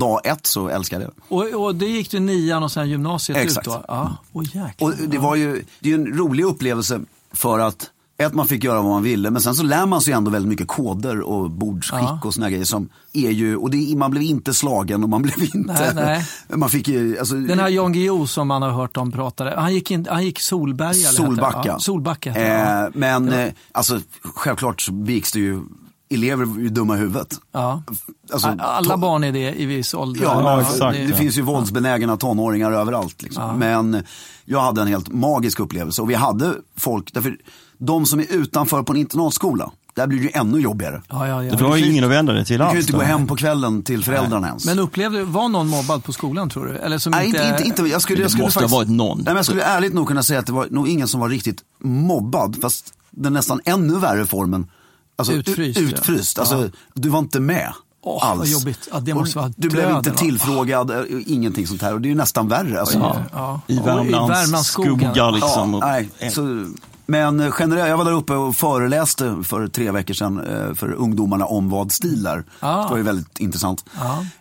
Speaker 1: dag ett så älskade jag det.
Speaker 4: Och, och det gick du nian och sen gymnasiet
Speaker 1: Exakt.
Speaker 4: ut då? Ja. Åh jäklar.
Speaker 1: Och det var ju, det är ju en rolig upplevelse för att ett, man fick göra vad man ville, men sen så lär man sig ändå väldigt mycket koder och bordsskick och såna här grejer som är ju, och det, är- man blev inte slagen och man blev inte,
Speaker 4: Nej, nej.
Speaker 1: man fick ju, alltså,
Speaker 4: Den här Jan Guillou som man har hört om pratade, han gick, in, han gick Solberga? eller hette det?
Speaker 1: Solbacka.
Speaker 4: Ja, Solbacka hette det,
Speaker 1: eh,
Speaker 4: ja.
Speaker 1: Men eh, alltså, självklart så begicks det ju, elever är ju dumma i huvudet.
Speaker 4: ja.
Speaker 1: Alltså,
Speaker 4: Alla
Speaker 1: to-
Speaker 4: barn är det i viss ålder.
Speaker 1: Ja,
Speaker 5: Ja,
Speaker 1: alltså,
Speaker 5: exakt,
Speaker 1: Det
Speaker 5: ja.
Speaker 1: finns ju våldsbenägna tonåringar överallt. Liksom. Men jag hade en helt magisk upplevelse och vi hade folk, därför de som är utanför på en internatskola, där blir det ju ännu jobbigare.
Speaker 4: Ja, ja,
Speaker 5: Du
Speaker 4: ja.
Speaker 5: har ju ingen att vända dig till
Speaker 1: Du kan ju
Speaker 5: alls.
Speaker 1: inte gå
Speaker 5: då.
Speaker 1: hem på kvällen till föräldrarna ens.
Speaker 4: Men upplevde, var någon mobbad på skolan tror du? Eller som
Speaker 1: Nej,
Speaker 4: inte...
Speaker 1: inte, inte, inte, jag skulle,
Speaker 5: Det
Speaker 1: jag skulle
Speaker 5: måste ha
Speaker 1: faktiskt,
Speaker 5: varit någon.
Speaker 1: Nej, men jag skulle ärligt nog kunna säga att det var nog ingen som var riktigt mobbad, fast den nästan ännu värre formen. Alltså, ut-
Speaker 4: Utfryst, ja.
Speaker 1: Utfryst. Alltså, Du var inte med
Speaker 4: Åh,
Speaker 1: alls.
Speaker 4: vad jobbigt. Ja, det måste
Speaker 1: Och
Speaker 4: vara
Speaker 1: du blev
Speaker 4: döden,
Speaker 1: inte
Speaker 4: va?
Speaker 1: tillfrågad, eh, ingenting sånt här. Och det är ju nästan värre. Alltså.
Speaker 5: Ja.
Speaker 4: Ja.
Speaker 5: I
Speaker 4: Och i
Speaker 5: Värmlands
Speaker 4: Värmlandsskogen.
Speaker 5: skogar liksom.
Speaker 1: Ja,
Speaker 5: och-
Speaker 1: nej, så, Men eh, generellt, jag var där uppe och föreläste för tre veckor sedan eh, för ungdomarna om vad stil är.
Speaker 4: Ah.
Speaker 1: Det var ju väldigt intressant.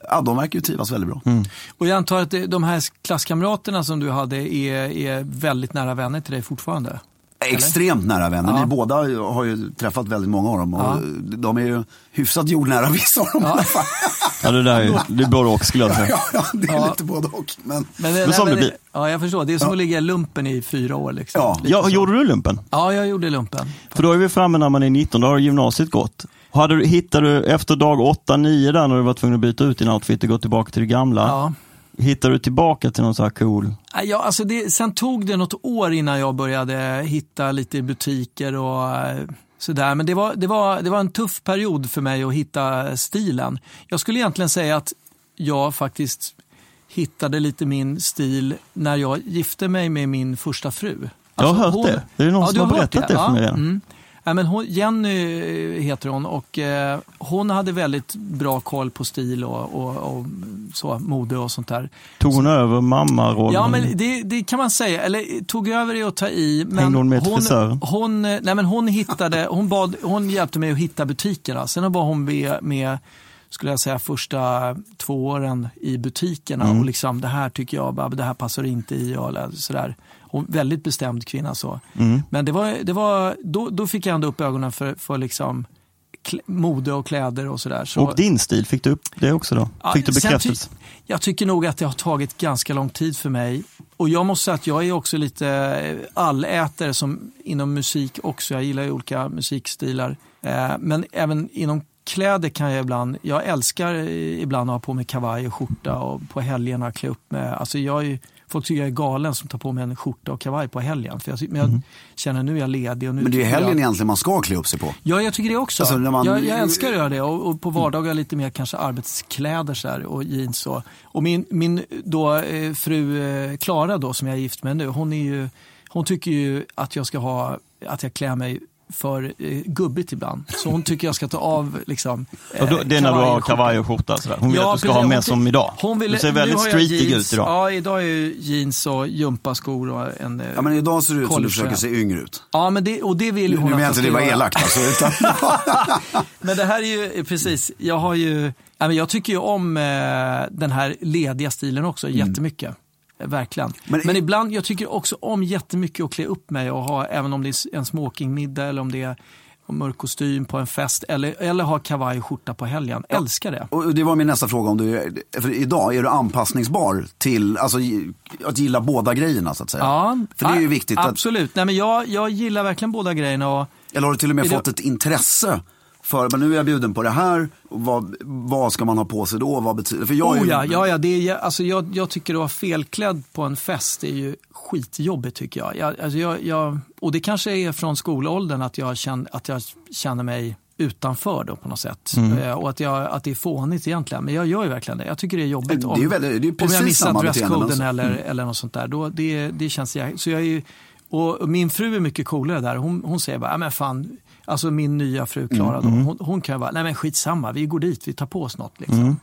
Speaker 1: Ja, de verkar ju trivas väldigt bra.
Speaker 5: Mm.
Speaker 4: Och jag antar att det- de här klasskamraterna som du hade är, är väldigt nära vänner till dig fortfarande?
Speaker 1: Extremt nära vänner.
Speaker 4: Ja.
Speaker 1: Ni båda har ju träffat väldigt många av dem. Och De är ju hyfsat jordnära vissa av dem i alla fall.
Speaker 5: Ja, det där är, det är både och skulle jag säga.
Speaker 1: Ja, ja, det är
Speaker 4: Ja.
Speaker 1: lite både och. Men...
Speaker 4: Men,
Speaker 5: Men som det blir.
Speaker 4: Ja, jag förstår. Det är som att ligga i lumpen i fyra år. Liksom.
Speaker 1: Ja.
Speaker 4: Lite
Speaker 5: Ja,
Speaker 4: så.
Speaker 5: gjorde du lumpen?
Speaker 4: ja, jag gjorde lumpen.
Speaker 5: För då är vi framme när man är 19, då har gymnasiet gått. Hade du, hittade du efter dag 8-9 där när du var tvungen att byta ut din outfit och gå tillbaka till det gamla?
Speaker 4: Ja.
Speaker 5: Hittade du tillbaka till någon så här cool?
Speaker 4: Nej, Ja, alltså det, sen tog det något år innan jag började hitta lite i butiker och eh, sådär. Men det var, det, var, det var en tuff period för mig att hitta stilen. Jag skulle egentligen säga att jag faktiskt hittade lite min stil när jag gifte mig med min första fru. Alltså,
Speaker 5: Jag har hört det. Det är någon som
Speaker 4: du
Speaker 5: har
Speaker 4: hört
Speaker 5: berättat det för mig redan.
Speaker 4: Mm. Ja, men hon, Jenny eh, heter hon och eh, hon hade väldigt bra koll på stil och, och, och så, mode och sånt där.
Speaker 5: Tog hon över mammarollen?
Speaker 4: Ja, men det, det kan man säga. Eller tog över det och ta i. Men
Speaker 5: Hängde hon med till frisören?
Speaker 4: hon, hon, nej, men hon, hittade, hon, bad, hon hjälpte mig att hitta butikerna. Sen var hon med, med skulle jag säga, första två åren i butikerna.
Speaker 5: Mm.
Speaker 4: Och liksom, det här tycker jag, Babbe, det här passar inte i. Eller sådär. Hon, väldigt bestämd kvinna. så.
Speaker 5: Mm.
Speaker 4: Men det var, det var, då, då fick jag ändå upp ögonen för, för liksom, klä- mode och kläder och sådär. Så,
Speaker 5: Och din stil, fick du upp det också då?
Speaker 4: Ja,
Speaker 5: Fick du
Speaker 4: sen
Speaker 5: bekräftelse?
Speaker 4: Ty- jag tycker nog att det har tagit ganska lång tid för mig. Och jag måste säga att jag är också lite eh, allätare som inom musik också. Jag gillar ju olika musikstilar. Eh, Men även inom kläder kan jag ibland, jag älskar eh, ibland att ha på mig kavaj och skjorta och på helgerna klä upp med, alltså jag är ju Folk tycker jag är galen som tar på mig en skjorta och kavaj på helgen. För jag, ty- men jag känner nu är jag ledig. Och nu
Speaker 1: Mm. Men det är ju
Speaker 4: tycker jag-
Speaker 1: helgen egentligen man ska klä upp sig på.
Speaker 4: Ja, jag tycker det också.
Speaker 1: Alltså, när man-
Speaker 4: jag, jag älskar att göra det och, och på vardagar lite mer kanske arbetskläder så här, och jeans. Och, och min, min då, eh, fru eh, Klara då, som jag är gift med nu, hon, är ju, hon tycker ju att jag ska ha, att jag klär mig för eh, gubbigt ibland. Så hon tycker jag ska ta av liksom, eh,
Speaker 5: Och då, det är när du har
Speaker 4: kavaj och skjorta.
Speaker 5: kavaj och skjorta sådär. Hon vill
Speaker 4: Ja,
Speaker 5: att du ska ha
Speaker 4: precis. Hon
Speaker 5: med
Speaker 4: ty-
Speaker 5: som idag.
Speaker 4: Hon vill,
Speaker 5: du ser
Speaker 4: nu
Speaker 5: väldigt
Speaker 4: har jag
Speaker 5: streetig
Speaker 4: jeans.
Speaker 5: ut idag.
Speaker 4: Ja, idag är ju jeans och gympaskor och en eh,
Speaker 1: Ja, men idag ser det ut som du
Speaker 4: collegetröja.
Speaker 1: försöker se yngre ut.
Speaker 4: Ja, men det, och det vill ju
Speaker 1: Nu
Speaker 4: hon
Speaker 1: menar
Speaker 4: att
Speaker 1: jag
Speaker 4: jag
Speaker 1: inte
Speaker 4: ska
Speaker 1: det var
Speaker 4: göra.
Speaker 1: elakt alltså, utan...
Speaker 4: Men det här är ju, precis, jag har ju, nej, men jag tycker ju om eh, den här lediga stilen också jättemycket. Eh, Verkligen.
Speaker 1: Mm. Men-
Speaker 4: Men, ibland, jag tycker också om jättemycket att klä upp mig och ha, även om det är en smokingmiddag eller om det är en mörk kostym på en fest eller, eller ha kavaj och skjorta på helgen. Älskar det.
Speaker 1: Och det var min nästa fråga. Om du, för idag, är du anpassningsbar till alltså, att gilla båda grejerna så att säga?
Speaker 4: Ja,
Speaker 1: För det är ju
Speaker 4: ja,
Speaker 1: viktigt. Att,
Speaker 4: Absolut. Nej, men jag, jag gillar verkligen båda grejerna. Och,
Speaker 1: eller har du till och med
Speaker 4: Är det-
Speaker 1: fått ett intresse för, men nu är jag bjuden på det här, och vad, vad ska man ha på sig då? Vad betyder, för jag är
Speaker 4: oh
Speaker 1: ju,
Speaker 4: ja, ja, ja, det är, alltså jag, jag tycker att vara felklädd på en fest är ju skitjobbigt tycker jag. Jag, alltså jag, jag. Och det kanske är från skolåldern att jag känner, att jag känner mig utanför då på något sätt.
Speaker 1: Mm.
Speaker 4: Eh, Och att, jag, att det är fånigt egentligen. Men jag gör ju verkligen det. Jag tycker det är jobbigt
Speaker 1: Det är
Speaker 4: om,
Speaker 1: ju väldigt- det är ju
Speaker 4: om
Speaker 1: precis
Speaker 4: jag
Speaker 1: samma alltså. Mm.
Speaker 4: missar dresscoden
Speaker 1: beteendemönster.
Speaker 4: eller, eller något sånt där. Då, det, det känns jag, så jag är ju, och min fru är mycket coolare där. Hon, hon säger bara, "Ja, men fan, alltså min nya fru
Speaker 1: Mm,
Speaker 4: Klara då, hon, hon kan ju bara, nej men skitsamma, vi går dit, vi tar på oss något liksom.
Speaker 1: Mm.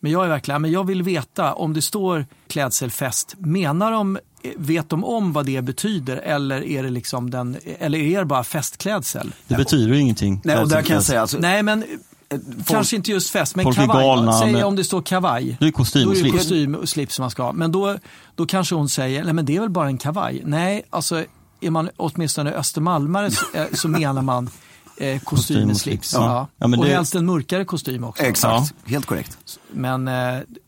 Speaker 4: Men jag är verkligen, men jag vill veta om det står klädselfest, menar de, eh, vet de om vad det betyder eller är det liksom den, eller är det bara festklädsel?
Speaker 5: Det betyder ju ingenting.
Speaker 1: nej, och där kan jag
Speaker 5: Klädselfest.
Speaker 1: säga, alltså,
Speaker 4: Nej men, kanske inte just fest, men
Speaker 5: folk är
Speaker 4: kavaj.
Speaker 5: galna,
Speaker 4: Säg
Speaker 5: men-
Speaker 4: om det står kavaj.
Speaker 5: Det är kostym
Speaker 4: Då
Speaker 5: och
Speaker 4: är det
Speaker 5: slips.
Speaker 4: kostym och slips man ska ha. Men då, då kanske hon säger, nej men det är väl bara en kavaj. Nej, alltså är man åtminstone östermalmare så, eh, så menar man eh, kostym och slips. Ja.
Speaker 5: Ja, men
Speaker 4: och
Speaker 5: det-
Speaker 4: helst en mörkare kostym också.
Speaker 1: exakt, helt korrekt.
Speaker 4: Men eh,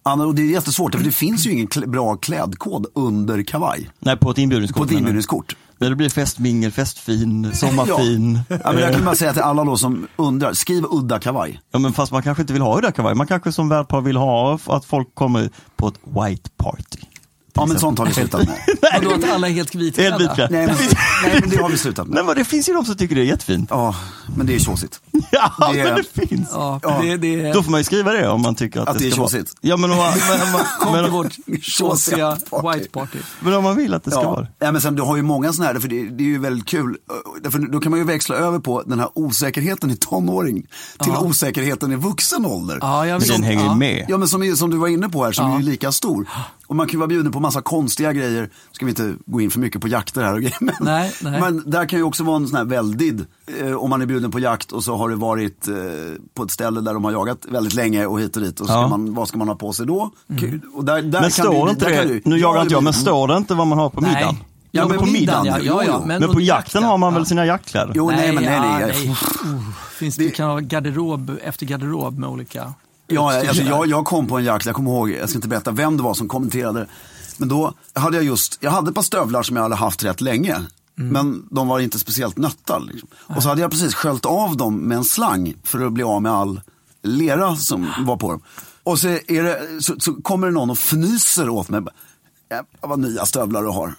Speaker 1: Anna, och det är jättesvårt, för det finns ju ingen kl- bra klädkod under kavaj
Speaker 5: Nej, på ett
Speaker 1: på
Speaker 5: inbjudningskort.
Speaker 1: ett inbjudningskort.
Speaker 5: Där det blir festmingel, festfin, sommarfin.
Speaker 1: Ja. Ja, men jag kan bara säga till alla då som undrar, skriv udda kavaj.
Speaker 5: Ja, men fast man kanske inte vill ha udda kavaj. Man kanske som värdpar vill ha att folk kommer på ett white party.
Speaker 1: Ja men sånt har vi slutat med.
Speaker 4: vadå att alla är helt
Speaker 5: Helt
Speaker 4: vitklädda?
Speaker 5: vitklädd.
Speaker 1: Nej men, nej men det har vi slutat med.
Speaker 5: Nej, men det finns ju de som tycker det är jättefint.
Speaker 1: Ja, men det är tjåsigt.
Speaker 5: Ja,
Speaker 1: Det-
Speaker 5: men det finns.
Speaker 4: Ja,
Speaker 1: Ja.
Speaker 4: Det, det,
Speaker 5: Då får man ju skriva det om man tycker att,
Speaker 1: Att det är
Speaker 5: ska vara-
Speaker 1: tjåsigt.
Speaker 5: Ja, men om man, men, men,
Speaker 4: kom
Speaker 5: men,
Speaker 4: till vårt tjåsiga white party.
Speaker 5: men om man vill att det ska vara det.
Speaker 1: Nej, men sen, du har ju många sådana här, för det, det är ju väldigt kul. Ö, Därför, då kan man ju växla över på den här osäkerheten i tonåring till osäkerheten i vuxen ålder.
Speaker 4: Ja, jag
Speaker 5: Men
Speaker 4: vet.
Speaker 5: den hänger ju
Speaker 4: ja.
Speaker 5: med.
Speaker 1: Ja, men som, är- som du var inne på här, som är ju lika stor. Och man kan ju vara bjuden på massa konstiga grejer. Ska vi inte gå in för mycket på jakter här och grejer. Men,
Speaker 4: Nej, nej.
Speaker 1: men där kan ju också vara en sån här väldig, eh, om man är bjuden på jakt och så har det varit eh, på ett ställe där de har jagat väldigt länge och hit och dit. Och så
Speaker 5: Ja. Mm.
Speaker 1: ska man, vad ska man ha på sig då? Kul. Och där, där
Speaker 5: Men
Speaker 1: kan det ju
Speaker 5: står
Speaker 1: bli-
Speaker 5: det inte
Speaker 1: där kan
Speaker 5: det,
Speaker 1: ju-
Speaker 5: nu jagar inte jag, men
Speaker 1: det- Mm.
Speaker 5: står det inte vad man har på middagen?
Speaker 4: Nej.
Speaker 5: men
Speaker 4: Ja, men
Speaker 5: på middagen,
Speaker 4: ja, ja,
Speaker 1: jo,
Speaker 4: ja,
Speaker 1: jo.
Speaker 4: men,
Speaker 5: Men på
Speaker 4: under
Speaker 5: jakten har man väl sina jaktkläder?
Speaker 1: Jo, nej, men nej,
Speaker 4: ja,
Speaker 1: nej.
Speaker 4: nej. Uff, Finns det,
Speaker 1: Det-
Speaker 4: kan vara garderob efter garderob med olika
Speaker 1: Ja, jag- alltså,
Speaker 4: utstyr.
Speaker 1: jag, jag kom på en jakt, jag kommer ihåg, jag ska inte berätta vem det var som kommenterade. Men då hade jag just, jag hade ett par stövlar som jag hade haft rätt länge.
Speaker 4: Mm.
Speaker 1: Men de var inte speciellt nötta. Liksom. Och så hade jag precis sköljt av dem med en slang för att bli av med all lera som var på dem. Och så, är det, så, så kommer det någon och fnyser åt mig. "Jävlar, Vad nya stövlar du har.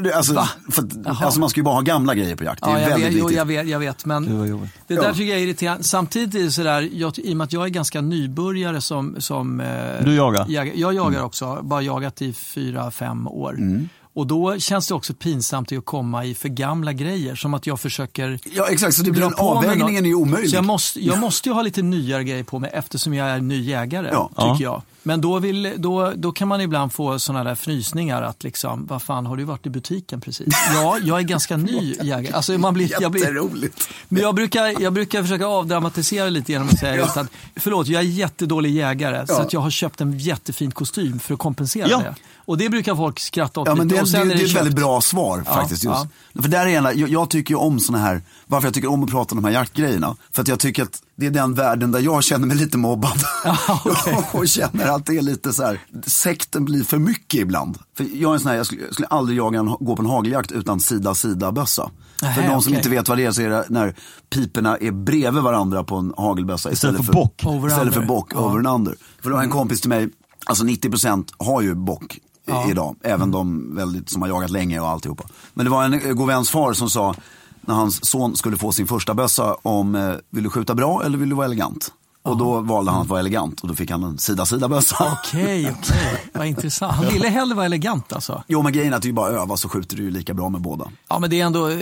Speaker 1: Det- Alltså, för, att-
Speaker 4: Jaha.
Speaker 1: alltså man ska ju bara ha gamla grejer på jakt. Det är
Speaker 4: Ja, jag
Speaker 1: väldigt
Speaker 4: vet, jo,
Speaker 1: viktigt.
Speaker 4: jag vet, jag vet, men
Speaker 5: Gud, vad jobbigt.
Speaker 4: det
Speaker 1: Ja.
Speaker 4: där tycker jag är irriterande. Samtidigt är det sådär, jag, i och med att jag är ganska nybörjare som, som eh,
Speaker 5: Du jagar? Mm.
Speaker 4: Jag, jag jagar också, bara jagat i fyra, fem år.
Speaker 1: Mm.
Speaker 4: Och då känns det också pinsamt att komma i för gamla grejer, som att jag försöker
Speaker 1: Ja, exakt. Så det blir
Speaker 4: dra
Speaker 1: en
Speaker 4: på mig
Speaker 1: avvägningen
Speaker 4: något.
Speaker 1: är ju omöjlig.
Speaker 4: Så jag, måste, jag måste ju ha lite nyare grejer på mig eftersom jag är ny jägare,
Speaker 1: Ja.
Speaker 4: tycker
Speaker 5: Ja.
Speaker 4: jag. Men då, vill, då, då kan man ibland få sådana där frysningar att liksom, vad fan har du varit i butiken precis? Ja, jag är ganska ny jägare. Alltså, man blir, jag blir,
Speaker 1: Jätteroligt.
Speaker 4: men jag brukar, jag brukar försöka avdramatisera lite genom att säga just att, förlåt, jag är jättedålig jägare så
Speaker 1: Ja.
Speaker 4: att jag har köpt en jättefin kostym för att kompensera
Speaker 5: Ja.
Speaker 4: det. Och det brukar folk skratta åt
Speaker 1: Ja, men
Speaker 4: lite.
Speaker 1: det,
Speaker 4: och
Speaker 1: det,
Speaker 4: sen
Speaker 1: det,
Speaker 4: är
Speaker 1: är ett
Speaker 4: köpt.
Speaker 1: väldigt bra svar
Speaker 4: Ja,
Speaker 1: faktiskt. Just. För där är en, jag, jag tycker ju om såna här, varför jag tycker om att prata om de här jaktgrejerna. För att jag tycker att det är den världen där jag känner mig lite mobbad. och känner att det är lite så här, sekten blir för mycket ibland. För jag är en sån här, jag skulle, jag skulle aldrig jaga en, gå på en hageljakt utan sida-sida-bössa.
Speaker 4: Nähä,
Speaker 1: För de som
Speaker 4: okej.
Speaker 1: inte vet vad det är så är det när piporna är bredvid varandra på en hagelbössa. Istället,
Speaker 5: för bock.
Speaker 4: Over
Speaker 1: Istället för
Speaker 4: under.
Speaker 1: bock, over and under. För det var en
Speaker 4: Mm.
Speaker 1: kompis till mig, alltså 90% har ju bock i- idag. Även
Speaker 4: Mm.
Speaker 1: de väldigt, som har jagat länge och alltihopa. Men det var en eh, god väns far som sa, när hans son skulle få sin första bössa, om eh, vill du skjuta bra eller vill du vara elegant? Och då valde han att vara elegant och då fick han en sida-sida-bössa.
Speaker 4: Mm. Okej, okej. Vad intressant. Han ville hellre vara elegant alltså.
Speaker 1: Jo men grejen är att det är ju bara att öva så skjuter du ju lika bra med båda.
Speaker 4: Ja, men det är ändå, eh,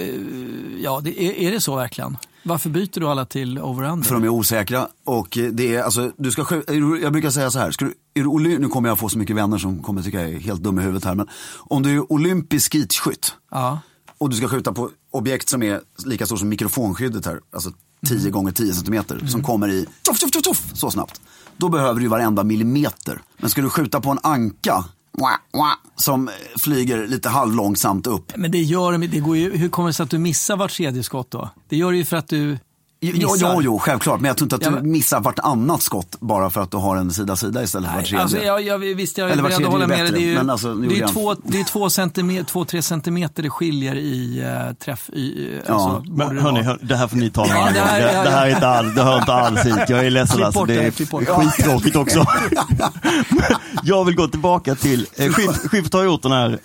Speaker 4: ja, det, är, är det så verkligen? Varför byter du alla till over-under?
Speaker 1: För de är osäkra och eh, det är alltså, du ska skjuta, är du- jag brukar säga så här, ska du, är du, oly- nu kommer jag få så mycket vänner som kommer tycka jag är helt dum i huvudet här men om du är olympisk skitskytt
Speaker 4: Ja.
Speaker 1: och du ska skjuta på objekt som är lika stor som mikrofonskyddet här, alltså
Speaker 5: Mm.
Speaker 1: 10 gånger 10 centimeter, som kommer i tuff, tuff, tuff, tuff, så snabbt. Då behöver du ju varenda millimeter. Men ska du skjuta på en anka mwah, mwah, som eh, flyger lite halvlångsamt upp.
Speaker 4: Men det gör det går ju, hur kommer det sig att du missar vart tredje skott då? Det gör det ju för att du
Speaker 1: Jo,
Speaker 4: missar.
Speaker 1: jo, jo, självklart. Men jag tror inte att
Speaker 4: Ja,
Speaker 1: du
Speaker 4: men-
Speaker 1: missar vartannat skott bara för att du har en sida-sida istället för var tredje.
Speaker 4: Alltså, jag, jag, visst, jag är
Speaker 1: Eller var
Speaker 4: beredd
Speaker 1: tredje
Speaker 4: att hålla
Speaker 1: är
Speaker 4: med dig.
Speaker 1: bättre,
Speaker 4: Det är ju
Speaker 1: men alltså, nu
Speaker 4: det är
Speaker 1: gjorde
Speaker 4: ju
Speaker 1: jag-
Speaker 4: två, det är två, centimeter, två, tre centimeter det skiljer i eh, träff. I, eh, alltså, borde
Speaker 5: Men
Speaker 4: det
Speaker 5: hörni,
Speaker 4: vara.
Speaker 5: hör, det här får ni tala om.
Speaker 4: Ja, det
Speaker 5: det,
Speaker 4: här- ja,
Speaker 5: det här är
Speaker 4: ja.
Speaker 5: inte all, det hör inte alls hit. Jag är ledsen
Speaker 4: Klipp
Speaker 5: alltså.
Speaker 4: bort
Speaker 5: Det
Speaker 4: det,
Speaker 5: är
Speaker 4: klipp bort det.
Speaker 5: skittråkigt också. Men jag vill gå tillbaka till, eh, Schiff- Schiff har gjort den här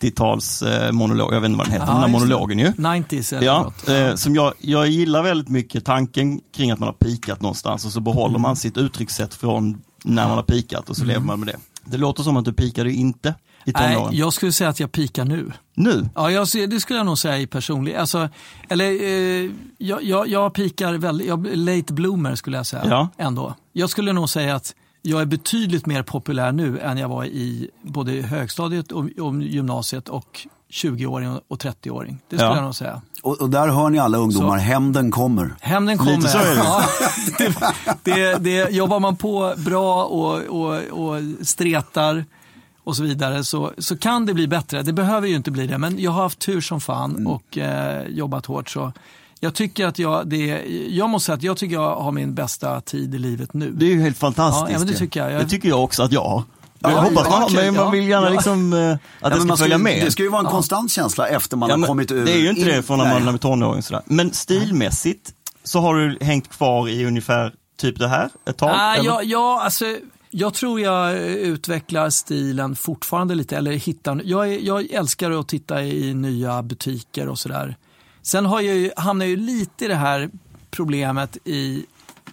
Speaker 5: 90-tals eh, monolog, jag vet inte vad den heter,
Speaker 4: Ja,
Speaker 5: den här
Speaker 4: just det.
Speaker 5: monologen ju.
Speaker 4: 90s eller
Speaker 5: Ja,
Speaker 4: något.
Speaker 5: eh, som jag, jag gillar väldigt mycket tanken kring att man har pikat någonstans och så
Speaker 4: Mm.
Speaker 5: behåller man sitt uttryckssätt från när man har pikat och så lever man med det. Det låter som att du pikade ju inte i
Speaker 4: Nej,
Speaker 5: tonåren.
Speaker 4: jag skulle säga att jag pikar nu.
Speaker 5: Nu?
Speaker 4: Ja, jag, ser- det skulle jag nog säga i personlig. Alltså, eller, eh, jag, jag, jag pikar väldigt, jag, late bloomer skulle jag säga.
Speaker 5: Ja.
Speaker 4: Ändå. Jag skulle nog säga att jag är betydligt mer populär nu än jag var i både högstadiet och, och gymnasiet och 20-åring och 30-åring. Det skulle
Speaker 5: Ja.
Speaker 4: jag nog säga.
Speaker 1: Och, och där hör ni alla ungdomar,
Speaker 4: Så.
Speaker 1: hämnden kommer.
Speaker 4: Hämnden kommer.
Speaker 5: så är det.
Speaker 4: Ja, det, det, det, jobbar man på bra och, och, och stretar och så vidare så, så kan det bli bättre. Det behöver ju inte bli det, men jag har haft tur som
Speaker 5: Mm.
Speaker 4: fan och eh, jobbat hårt. Så jag tycker att jag, det, jag måste säga att jag tycker jag har min bästa tid i livet nu.
Speaker 5: Det är ju helt fantastiskt.
Speaker 4: Ja, ja, men det
Speaker 5: ju.
Speaker 4: tycker jag. Jag-
Speaker 5: Det tycker jag också att jag har.
Speaker 4: Ja,
Speaker 5: jag hoppas man har,
Speaker 4: okej,
Speaker 5: men man vill
Speaker 4: ja,
Speaker 5: gärna
Speaker 4: ja.
Speaker 5: liksom eh, att det
Speaker 1: men
Speaker 5: ska
Speaker 1: man
Speaker 5: följa
Speaker 1: ju-
Speaker 5: med.
Speaker 1: Det ska ju vara en konstant känsla efter man
Speaker 5: Ja,
Speaker 1: har
Speaker 5: men
Speaker 1: kommit ur.
Speaker 5: det är ju inte det
Speaker 1: in-
Speaker 5: från när
Speaker 1: Nej.
Speaker 5: man är tonåring. och Sådär. Men stilmässigt så har du hängt kvar i ungefär typ det här ett tag?
Speaker 4: Nej,
Speaker 5: eller?
Speaker 4: jag, jag, alltså, jag tror jag eh, utvecklar stilen fortfarande lite. Eller hittar, jag, är- jag älskar att titta i nya butiker och sådär. Sen har jag ju, hamnar jag ju lite i det här problemet i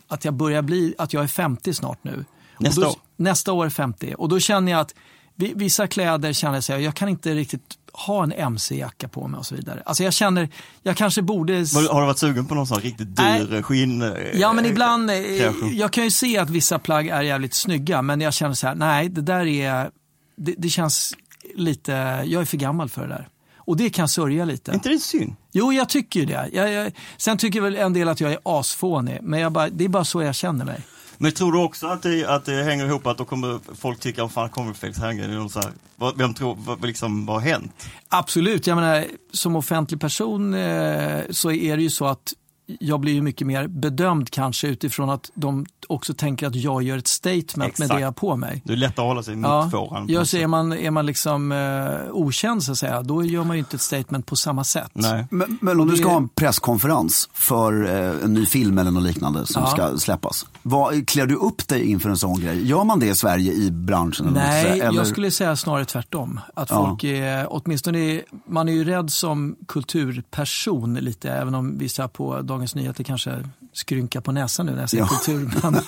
Speaker 4: att jag börjar bli, att jag är 50 snart nu. Och
Speaker 5: Nästa
Speaker 4: då,
Speaker 5: år.
Speaker 4: Nästa år är 50. Och då känner jag att vi- vissa kläder känner jag så här, jag kan inte riktigt ha en mc-jacka på mig och så vidare. Alltså jag känner, jag kanske borde...
Speaker 5: Var- Har du varit sugen på någon sån riktigt dyr
Speaker 4: Nej.
Speaker 5: skinn? eh,
Speaker 4: Ja, men ibland, eh,
Speaker 5: kreation?
Speaker 4: jag kan ju se att vissa plagg är jävligt snygga, men jag känner så här, nej, det där är, det, det känns lite, jag är för gammal för det där. Och det kan sörja lite.
Speaker 5: Är inte det synd?
Speaker 4: Jo, jag tycker ju det. Jag, jag, sen tycker väl en del att jag är asfånig, men jag bara, det är bara så jag känner mig.
Speaker 5: Men tror du också att det, att det hänger ihop att då kommer folk tycka, vad fan kommer Felix Herngren? Det är någon så här, vad- Vem tror, vad, liksom, vad har hänt?
Speaker 4: Absolut, jag menar som offentlig person eh, så är det ju så att jag blir ju mycket mer bedömd kanske utifrån att de också tänker att jag gör ett statement med det
Speaker 5: Exakt.
Speaker 4: jag har på mig.
Speaker 5: Det är lätt att hålla sig mot
Speaker 4: Ja,
Speaker 5: fåran. på
Speaker 4: jag
Speaker 5: något
Speaker 4: säger,
Speaker 5: sätt.
Speaker 4: är, man, är man liksom eh, okänd så att säga, då gör man ju inte ett statement på samma sätt.
Speaker 5: Nej.
Speaker 1: Men, men om du ska ha en presskonferens för eh, en ny film eller något liknande som
Speaker 4: Ja.
Speaker 1: ska släppas. Vad, klär du upp dig inför en sån grej? Gör man det i Sverige i branschen? Eller något
Speaker 4: Nej,
Speaker 1: sådär? eller?
Speaker 4: jag skulle säga snarare tvärtom. Att
Speaker 1: Ja.
Speaker 4: folk är, åtminstone är, man är ju rädd som kulturperson lite, även om vissa på Dagens Nyheter kanske skrynkar på näsan nu när jag säger
Speaker 1: Ja.
Speaker 4: alltså, kultur. Men,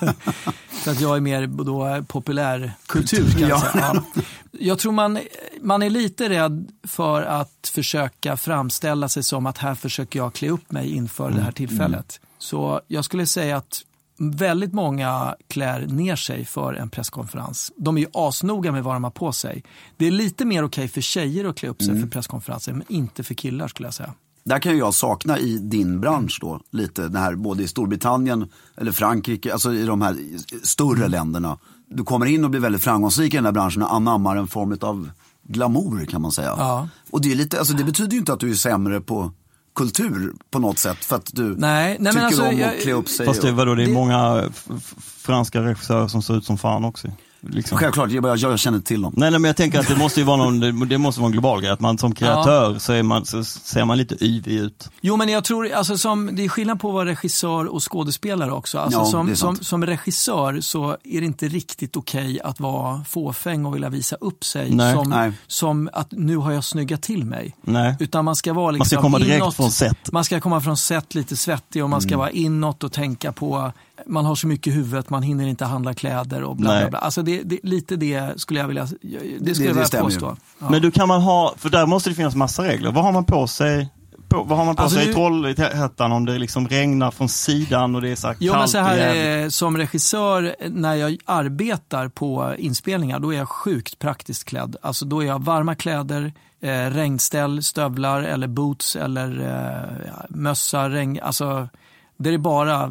Speaker 4: för att jag är mer då populär kultur kan jag säga. Ja. Jag tror man, man är lite rädd för att försöka framställa sig som att här försöker jag klä upp mig inför det här tillfället. Så jag skulle säga att väldigt många klär ner sig för en presskonferens. De är ju asnoga med vad de har på sig. Det är lite mer okej för tjejer att klä upp sig för presskonferenser, men inte för killar skulle jag säga.
Speaker 1: Där kan ju jag sakna i din bransch då, lite det här både i Storbritannien eller Frankrike, alltså i de här större
Speaker 4: Mm.
Speaker 1: länderna. Du kommer in och blir väldigt framgångsrik i den här branschen och anammar en form av glamour kan man säga.
Speaker 4: Ja.
Speaker 1: Och det, är lite, alltså, det betyder ju inte att du är sämre på kultur på något sätt för att du
Speaker 4: nej, men
Speaker 1: tycker
Speaker 4: alltså,
Speaker 1: om
Speaker 4: jag-
Speaker 1: att klä upp sig.
Speaker 5: Fast det,
Speaker 1: och,
Speaker 5: vadå, det är
Speaker 4: Det-
Speaker 5: många f- f- franska regissörer som ser ut som fan också. Liksom.
Speaker 1: Självklart, jag, bara- jag känner till dem.
Speaker 5: Nej, nej, men jag tänker att det måste ju vara någon, det- det måste vara en global grej. Att man som kreatör så, är man, så ser man lite yvig ut.
Speaker 4: Jo, men jag tror, alltså som, det är skillnad på att vara regissör och skådespelare också. Alltså
Speaker 1: Ja, det är
Speaker 4: som, som,
Speaker 1: sant.
Speaker 4: som regissör så är det inte riktigt okej att vara fåfäng och vilja visa upp sig
Speaker 5: Nej.
Speaker 4: som,
Speaker 1: Nej.
Speaker 4: som att nu har jag snyggat till mig.
Speaker 5: Nej.
Speaker 4: Utan man ska vara liksom
Speaker 5: Man ska komma direkt
Speaker 4: inåt,
Speaker 5: från set.
Speaker 4: Man ska komma från set lite svettig och man ska vara inåt och tänka på, man har så mycket i huvudet, man hinner inte handla kläder och bla
Speaker 5: Nej.
Speaker 4: bla bla. Alltså det, det, lite det skulle jag vilja, det skulle
Speaker 1: det
Speaker 4: jag vilja
Speaker 1: stämmer ju.
Speaker 4: påstå. Ja.
Speaker 5: Men du kan man ha, för där måste det finnas massa regler. Vad har man på sig? På, vad har man på
Speaker 4: Alltså,
Speaker 5: sig
Speaker 4: du-
Speaker 5: i Trollhättan om det liksom regnar från sidan och det är så här
Speaker 4: Jo, men
Speaker 5: kallt
Speaker 4: så
Speaker 5: och
Speaker 4: här,
Speaker 5: jävligt?
Speaker 4: eh, som regissör, eh, när jag arbetar på inspelningar, då är jag sjukt praktiskt klädd. Alltså då är jag varma kläder, eh, regnställ, stövlar eller boots eller eh, ja, mössa, regn, alltså det är bara eh,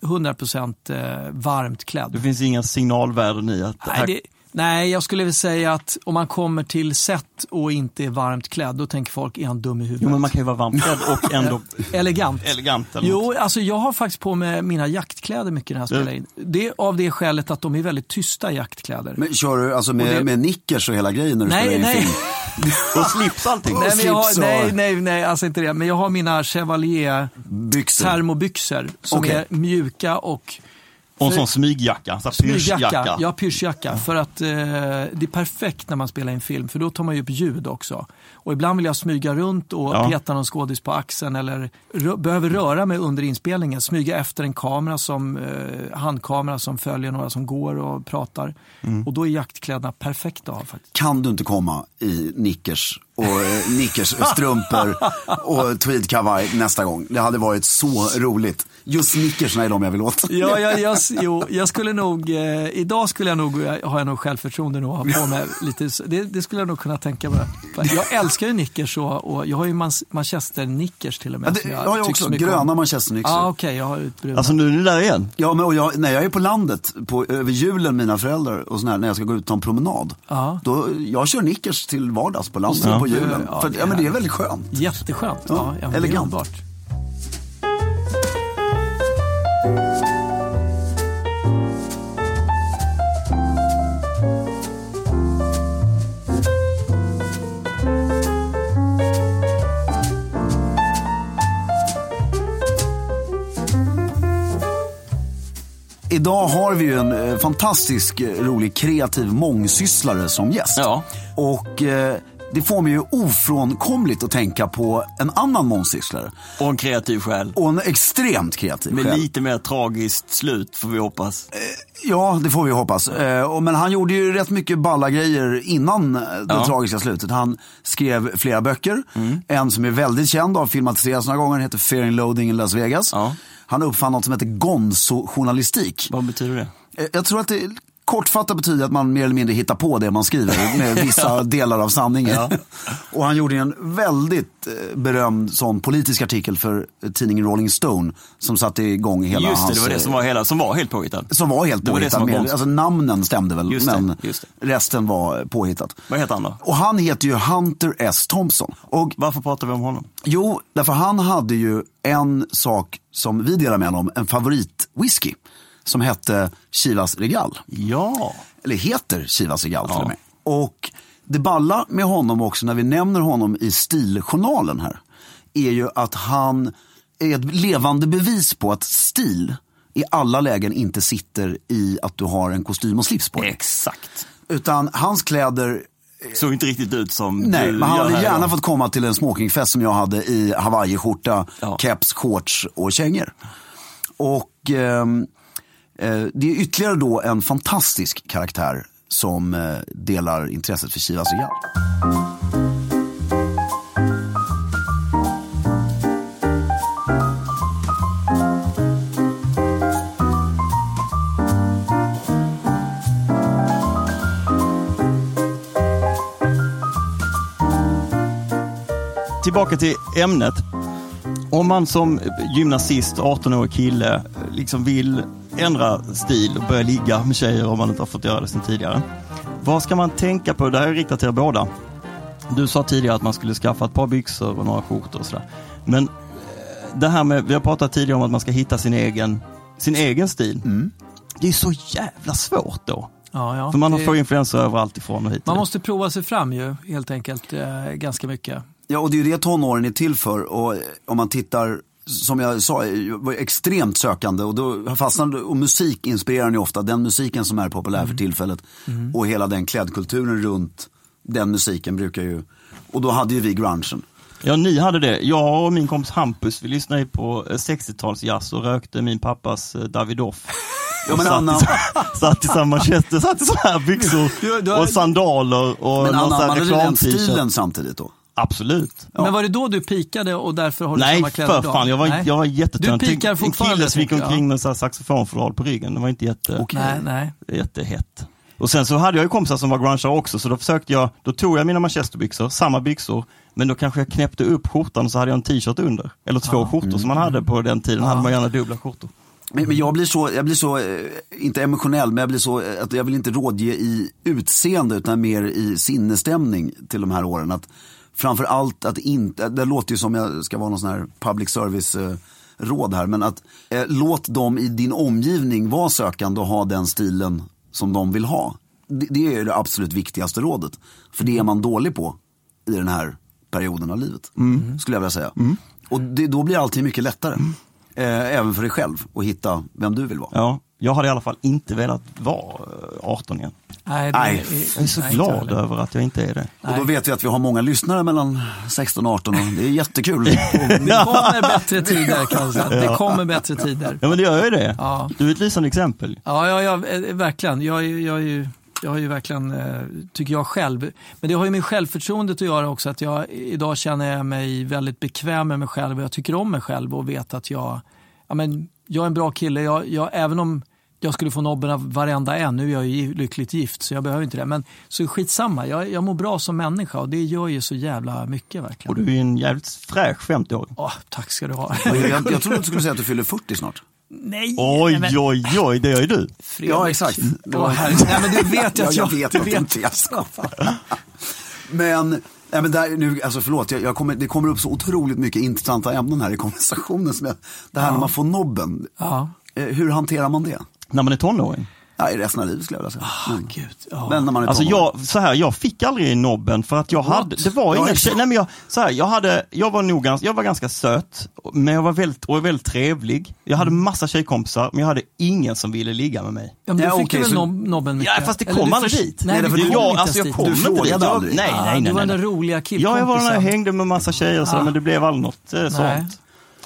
Speaker 4: 100% eh, varmt
Speaker 5: Det
Speaker 4: klädd.
Speaker 5: finns inga signalvärden i att
Speaker 4: Nej,
Speaker 5: här-
Speaker 4: det, nej, jag skulle väl säga att om man kommer till set och inte är varmt klädd, då tänker folk, är han dum i huvudet?
Speaker 5: Jo, men man kan ju vara varmt klädd och ändå
Speaker 4: Elegant.
Speaker 5: elegant. Eller något.
Speaker 4: Jo, alltså jag har faktiskt på mig mina jaktkläder mycket när jag spelar in. Det är av det skälet att de är väldigt tysta jaktkläder.
Speaker 1: Men kör du alltså med,
Speaker 4: Och det-
Speaker 1: med nickers och hela grejen när du spelar
Speaker 4: nej,
Speaker 1: in
Speaker 4: nej.
Speaker 1: film?
Speaker 5: Och slips allting.
Speaker 4: nej, men jag har,
Speaker 1: slips och-
Speaker 4: nej, nej, nej, alltså inte det. Men jag har mina Chevalier
Speaker 1: Byxor.
Speaker 4: termobyxor som
Speaker 1: Mm. Okej.
Speaker 4: är mjuka och
Speaker 5: Och en sån smygjacka, så här
Speaker 4: Pyrschjacka.
Speaker 5: pyrschjacka.
Speaker 4: Ja, pyrschjacka. För att eh, det är perfekt när man spelar in film, för då tar man ju upp ljud också. Och ibland vill jag smyga runt och
Speaker 5: Ja.
Speaker 4: peta någon skådis på axeln eller rö- behöver röra mig under inspelningen. Smyga efter en kamera som, eh, handkamera som följer några som går och pratar. Och då är jaktkläderna perfekta att ha faktiskt.
Speaker 1: kan du inte komma i nickers och eh, nickers strumpor och tweedkavaj nästa gång. Det hade varit så roligt. Just nickersna är de jag vill åt.
Speaker 4: Ja, jag, jag, jo, jag skulle nog, eh, idag skulle jag nog, eh, har jag nog självförtroende nog att ha på mig lite, så- det, det skulle jag nog kunna tänka mig. Jag älskar ju nickers och, och jag har ju mans- manchester-nickers till och
Speaker 1: Ja,
Speaker 4: med.
Speaker 1: det,
Speaker 4: som
Speaker 1: jag har ju
Speaker 4: tycker
Speaker 1: också
Speaker 4: så mycket om.
Speaker 1: gröna manchesternyxor.
Speaker 4: Ja, okej, jag har ett brunt.
Speaker 5: Alltså nu är ni där igen.
Speaker 1: Ja, men och jag, när jag är på landet på, över julen, mina föräldrar och sån här, när jag ska gå ut och ta en promenad.
Speaker 4: Ja.
Speaker 1: Då, jag kör nickers till vardags på landet
Speaker 5: Ja.
Speaker 1: på julen.
Speaker 4: Ja,
Speaker 1: för,
Speaker 4: det
Speaker 1: ja,
Speaker 4: är
Speaker 1: men det är
Speaker 4: härligt.
Speaker 1: väldigt skönt.
Speaker 4: Jätteskönt.
Speaker 1: Ja,
Speaker 4: Ja, ja, men det är
Speaker 1: elegant.
Speaker 4: underbart.
Speaker 1: Idag har vi ju en eh, fantastisk, eh, rolig, kreativ mångsysslare som gäst.
Speaker 5: Ja.
Speaker 1: Och eh, det får mig ju ofrånkomligt att tänka på en annan mångsysslare.
Speaker 5: Och en kreativ själ.
Speaker 1: Och en extremt kreativ
Speaker 5: Med
Speaker 1: själ.
Speaker 5: lite mer tragiskt slut får vi hoppas.
Speaker 1: Ja, det får vi hoppas. Eh, och- Men han gjorde ju rätt mycket balla grejer innan eh, det
Speaker 5: Ja. Mm.
Speaker 1: tragiska slutet. Han skrev flera böcker. En som är väldigt känd och har filmatiserats några gånger. heter Fear and Loading in Las Vegas.
Speaker 5: Ja.
Speaker 1: Han uppfann något som heter gonzo-journalistik.
Speaker 5: Vad betyder det?
Speaker 1: Eh, Jag tror att det Kortfattat betyder att man mer eller mindre hittar på det man skriver med vissa delar av sanningen. Och han gjorde en väldigt eh, berömd sån politisk artikel för eh, tidningen Rolling Stone som satte igång hela
Speaker 5: Just det,
Speaker 1: hans...
Speaker 5: det var det
Speaker 1: eh,
Speaker 5: som var hela, som var helt påhittad.
Speaker 1: som var helt
Speaker 5: Det var det
Speaker 1: påhittat.
Speaker 5: som var
Speaker 1: med,
Speaker 5: konstigt.
Speaker 1: alltså, namnen stämde väl,
Speaker 5: Just det,
Speaker 1: men
Speaker 5: just
Speaker 1: resten var eh, påhittat.
Speaker 5: Vad heter han då?
Speaker 1: Och han heter ju Hunter S. Thompson. Och
Speaker 5: Varför pratar vi om honom?
Speaker 1: Jo, därför han hade ju en sak som vi delar med honom, en favoritwhisky. Som hette Chivas Regal.
Speaker 5: Ja.
Speaker 1: Eller heter Chivas Regal till och med. Och det balla med honom också, när vi nämner honom i stiljournalen här, är ju att han är ett levande bevis på att stil i alla lägen inte sitter i att du har en kostym och slips på dig.
Speaker 5: Exakt.
Speaker 1: Utan hans kläder
Speaker 5: Såg inte riktigt ut som
Speaker 1: Nej,
Speaker 5: du
Speaker 1: men han
Speaker 5: gör här
Speaker 1: hade gärna
Speaker 5: idag.
Speaker 1: fått komma till en smokingfest som jag hade i hawaiiskjorta,
Speaker 5: Ja.
Speaker 1: keps, shorts och kängor. Och ehm, eh, det är ytterligare då en fantastisk karaktär som eh, delar intresset för Chivas Regal.
Speaker 5: Tillbaka till ämnet. Om man som gymnasist, 18-årig kille, liksom vill ändra stil och börja ligga med tjejer om man inte har fått göra det sedan tidigare. Vad ska man tänka på? Det här är riktat till er båda. Du sa tidigare att man skulle skaffa ett par byxor och några skjortor och sådär. Men eh, det här med, vi har pratat tidigare om att man ska hitta sin egen, sin egen stil.
Speaker 4: Mm.
Speaker 5: Det är så jävla svårt då.
Speaker 4: Ja, ja.
Speaker 5: För man har-
Speaker 4: Det-
Speaker 5: får influenser överallt ifrån och hit.
Speaker 4: man måste prova sig fram ju, helt enkelt, eh, ganska mycket.
Speaker 1: Ja, och det är ju det tonåren är till för. Och eh, om man tittar, som jag sa, jag var ju extremt sökande. Och, då fastnade, och musik inspirerar ju ofta, den musiken som är populär för tillfället. Och hela den klädkulturen runt den musiken brukar ju, och då hade ju vi grungen.
Speaker 5: Ja, ni hade det. Jag och min kompis Hampus, vi lyssnade ju på eh, 60-talsjazz och rökte min pappas eh, Davidoff.
Speaker 1: Ja, men
Speaker 5: satt,
Speaker 1: Anna-
Speaker 5: i, satt i samma manchester, satt i såna här byxor
Speaker 4: Du- du har-
Speaker 5: och sandaler och
Speaker 1: Men
Speaker 5: någon
Speaker 1: Anna,
Speaker 5: sån
Speaker 1: man
Speaker 5: här
Speaker 1: hade ju den stilen
Speaker 5: reklam-t-shirt.
Speaker 1: samtidigt då.
Speaker 5: Absolut.
Speaker 4: Men var det då du pikade och därför har du
Speaker 5: Nej,
Speaker 4: samma kläder
Speaker 5: för
Speaker 4: idag?
Speaker 5: fan. Jag var,
Speaker 4: Nej.
Speaker 5: jag var jättetönt.
Speaker 4: Du pikar
Speaker 5: En- En
Speaker 4: fortfarande.
Speaker 5: kille som gick
Speaker 4: tänker jag.
Speaker 5: omkring med så här saxofonfodral på ryggen. Det var inte jätte,
Speaker 4: Nej, nej.
Speaker 5: jättehett. Och sen så hade jag ju kompisar som var grungeare också, så då försökte jag, då tog jag mina manchesterbyxor, samma byxor, men då kanske jag knäppte upp skjortan och så hade jag en t-shirt under. Eller två skjortor som
Speaker 4: Mm.
Speaker 5: man hade på den tiden, hade man gärna dubbla skjortor.
Speaker 1: Men, men jag blir så, jag blir så eh, inte emotionell, men jag blir så eh, att jag vill inte rådge i utseende utan mer i sinnesstämning till de här åren. Att framför allt att inte, det låter ju som jag ska vara någon sån här public service eh, råd här, men att eh, låt dem i din omgivning vara sökande och ha den stilen som de vill ha. Det, det är ju det absolut viktigaste rådet. För det är man dålig på i den här perioden av livet,
Speaker 4: Mm.
Speaker 1: skulle jag vilja säga. Och det, då blir allting mycket lättare. Eh, även för dig själv och hitta vem du vill vara.
Speaker 5: Ja, jag hade i alla fall inte velat vara eh, 18 igen.
Speaker 4: Nej, det,
Speaker 1: Nej,
Speaker 5: Jag är så
Speaker 4: nej, inte
Speaker 5: glad
Speaker 4: heller.
Speaker 5: över att jag inte är det.
Speaker 1: Och då vet vi att vi har många lyssnare mellan 16 och 18 och det är jättekul. Och-
Speaker 4: Det kommer bättre tider, Kalle. Det kommer bättre tider.
Speaker 5: Ja men det gör ju det.
Speaker 4: Ja.
Speaker 5: Du är ett lysande exempel.
Speaker 4: Ja, ja, ja eh, verkligen. Jag, är- jag, är ju, jag har ju verkligen, eh, tycker jag själv, men det har ju med självförtroendet att göra också. Att jag, idag känner jag mig väldigt bekväm med mig själv och jag tycker om mig själv och vet att jag, ja, men, jag är en bra kille. Jag, jag, även om jag skulle få nobben av varenda en, nu är jag ju lyckligt gift så jag behöver inte det, men så skitsamma. Jag, jag mår bra som människa och det gör ju så jävla mycket
Speaker 5: Och
Speaker 4: verkligen.
Speaker 5: du är ju en jävligt fräsch 50-åring.
Speaker 4: Åh, tack ska du ha.
Speaker 1: Jag, jag trodde att du skulle säga att du fyller 40 snart.
Speaker 4: Nej! nej,
Speaker 5: Oj,
Speaker 4: men-
Speaker 5: oj, oj, det gör ju du.
Speaker 4: Fredrik.
Speaker 1: Ja, exakt. Det
Speaker 4: Åh,
Speaker 1: var-
Speaker 4: herregud. Nej, men det vet jag
Speaker 1: Mm. Ja,
Speaker 4: att
Speaker 1: jag vet
Speaker 4: det
Speaker 1: att inte jag ska. Men, nej, men där, nu, alltså förlåt, jag, jag kommer, det kommer upp så otroligt mycket intressanta ämnen här i konversationen. Som jag, det här när man får nobben,
Speaker 4: Ja.
Speaker 1: eh, hur hanterar man det?
Speaker 5: När man är tonåring.
Speaker 1: Ja, I resten av livet skulle jag vilja säga. Men-
Speaker 4: Gud, ja.
Speaker 1: Men när man är
Speaker 5: Ah, Alltså
Speaker 1: tonåring.
Speaker 5: jag, så här, jag fick aldrig nobben för att jag hade, det var
Speaker 1: Ja,
Speaker 5: inga
Speaker 1: exakt.
Speaker 5: tjejer, nej men jag, så här, jag hade, jag var nog ganska, jag var ganska söt, men jag var väldigt, och väldigt trevlig. Jag
Speaker 1: Mm.
Speaker 5: hade massa tejkompisar, men jag hade ingen som ville ligga med mig.
Speaker 4: Ja, men
Speaker 1: Ja,
Speaker 4: du fick
Speaker 1: okej,
Speaker 4: ju väl
Speaker 1: så-
Speaker 4: nob- nobben mycket?
Speaker 5: Ja, fast det
Speaker 4: Eller
Speaker 5: kom
Speaker 4: du
Speaker 5: aldrig
Speaker 4: förs-
Speaker 5: dit.
Speaker 4: Nej,
Speaker 1: Nej,
Speaker 4: du
Speaker 1: för
Speaker 4: kom
Speaker 1: du-
Speaker 5: jag,
Speaker 4: inte
Speaker 5: alltså,
Speaker 4: ens
Speaker 5: jag
Speaker 4: dit.
Speaker 5: kom
Speaker 1: Du
Speaker 5: inte dit.
Speaker 1: frågade
Speaker 5: Jag, nej,
Speaker 1: aldrig.
Speaker 5: nej,
Speaker 4: Ja,
Speaker 5: nej.
Speaker 4: du var
Speaker 5: nej,
Speaker 4: den där
Speaker 5: nej.
Speaker 4: roliga killkompisen.
Speaker 5: Ja, jag var den där, hängde med massa tjejer och så,
Speaker 4: Ja.
Speaker 5: men det blev aldrig något eh,
Speaker 4: Nej.
Speaker 5: sånt.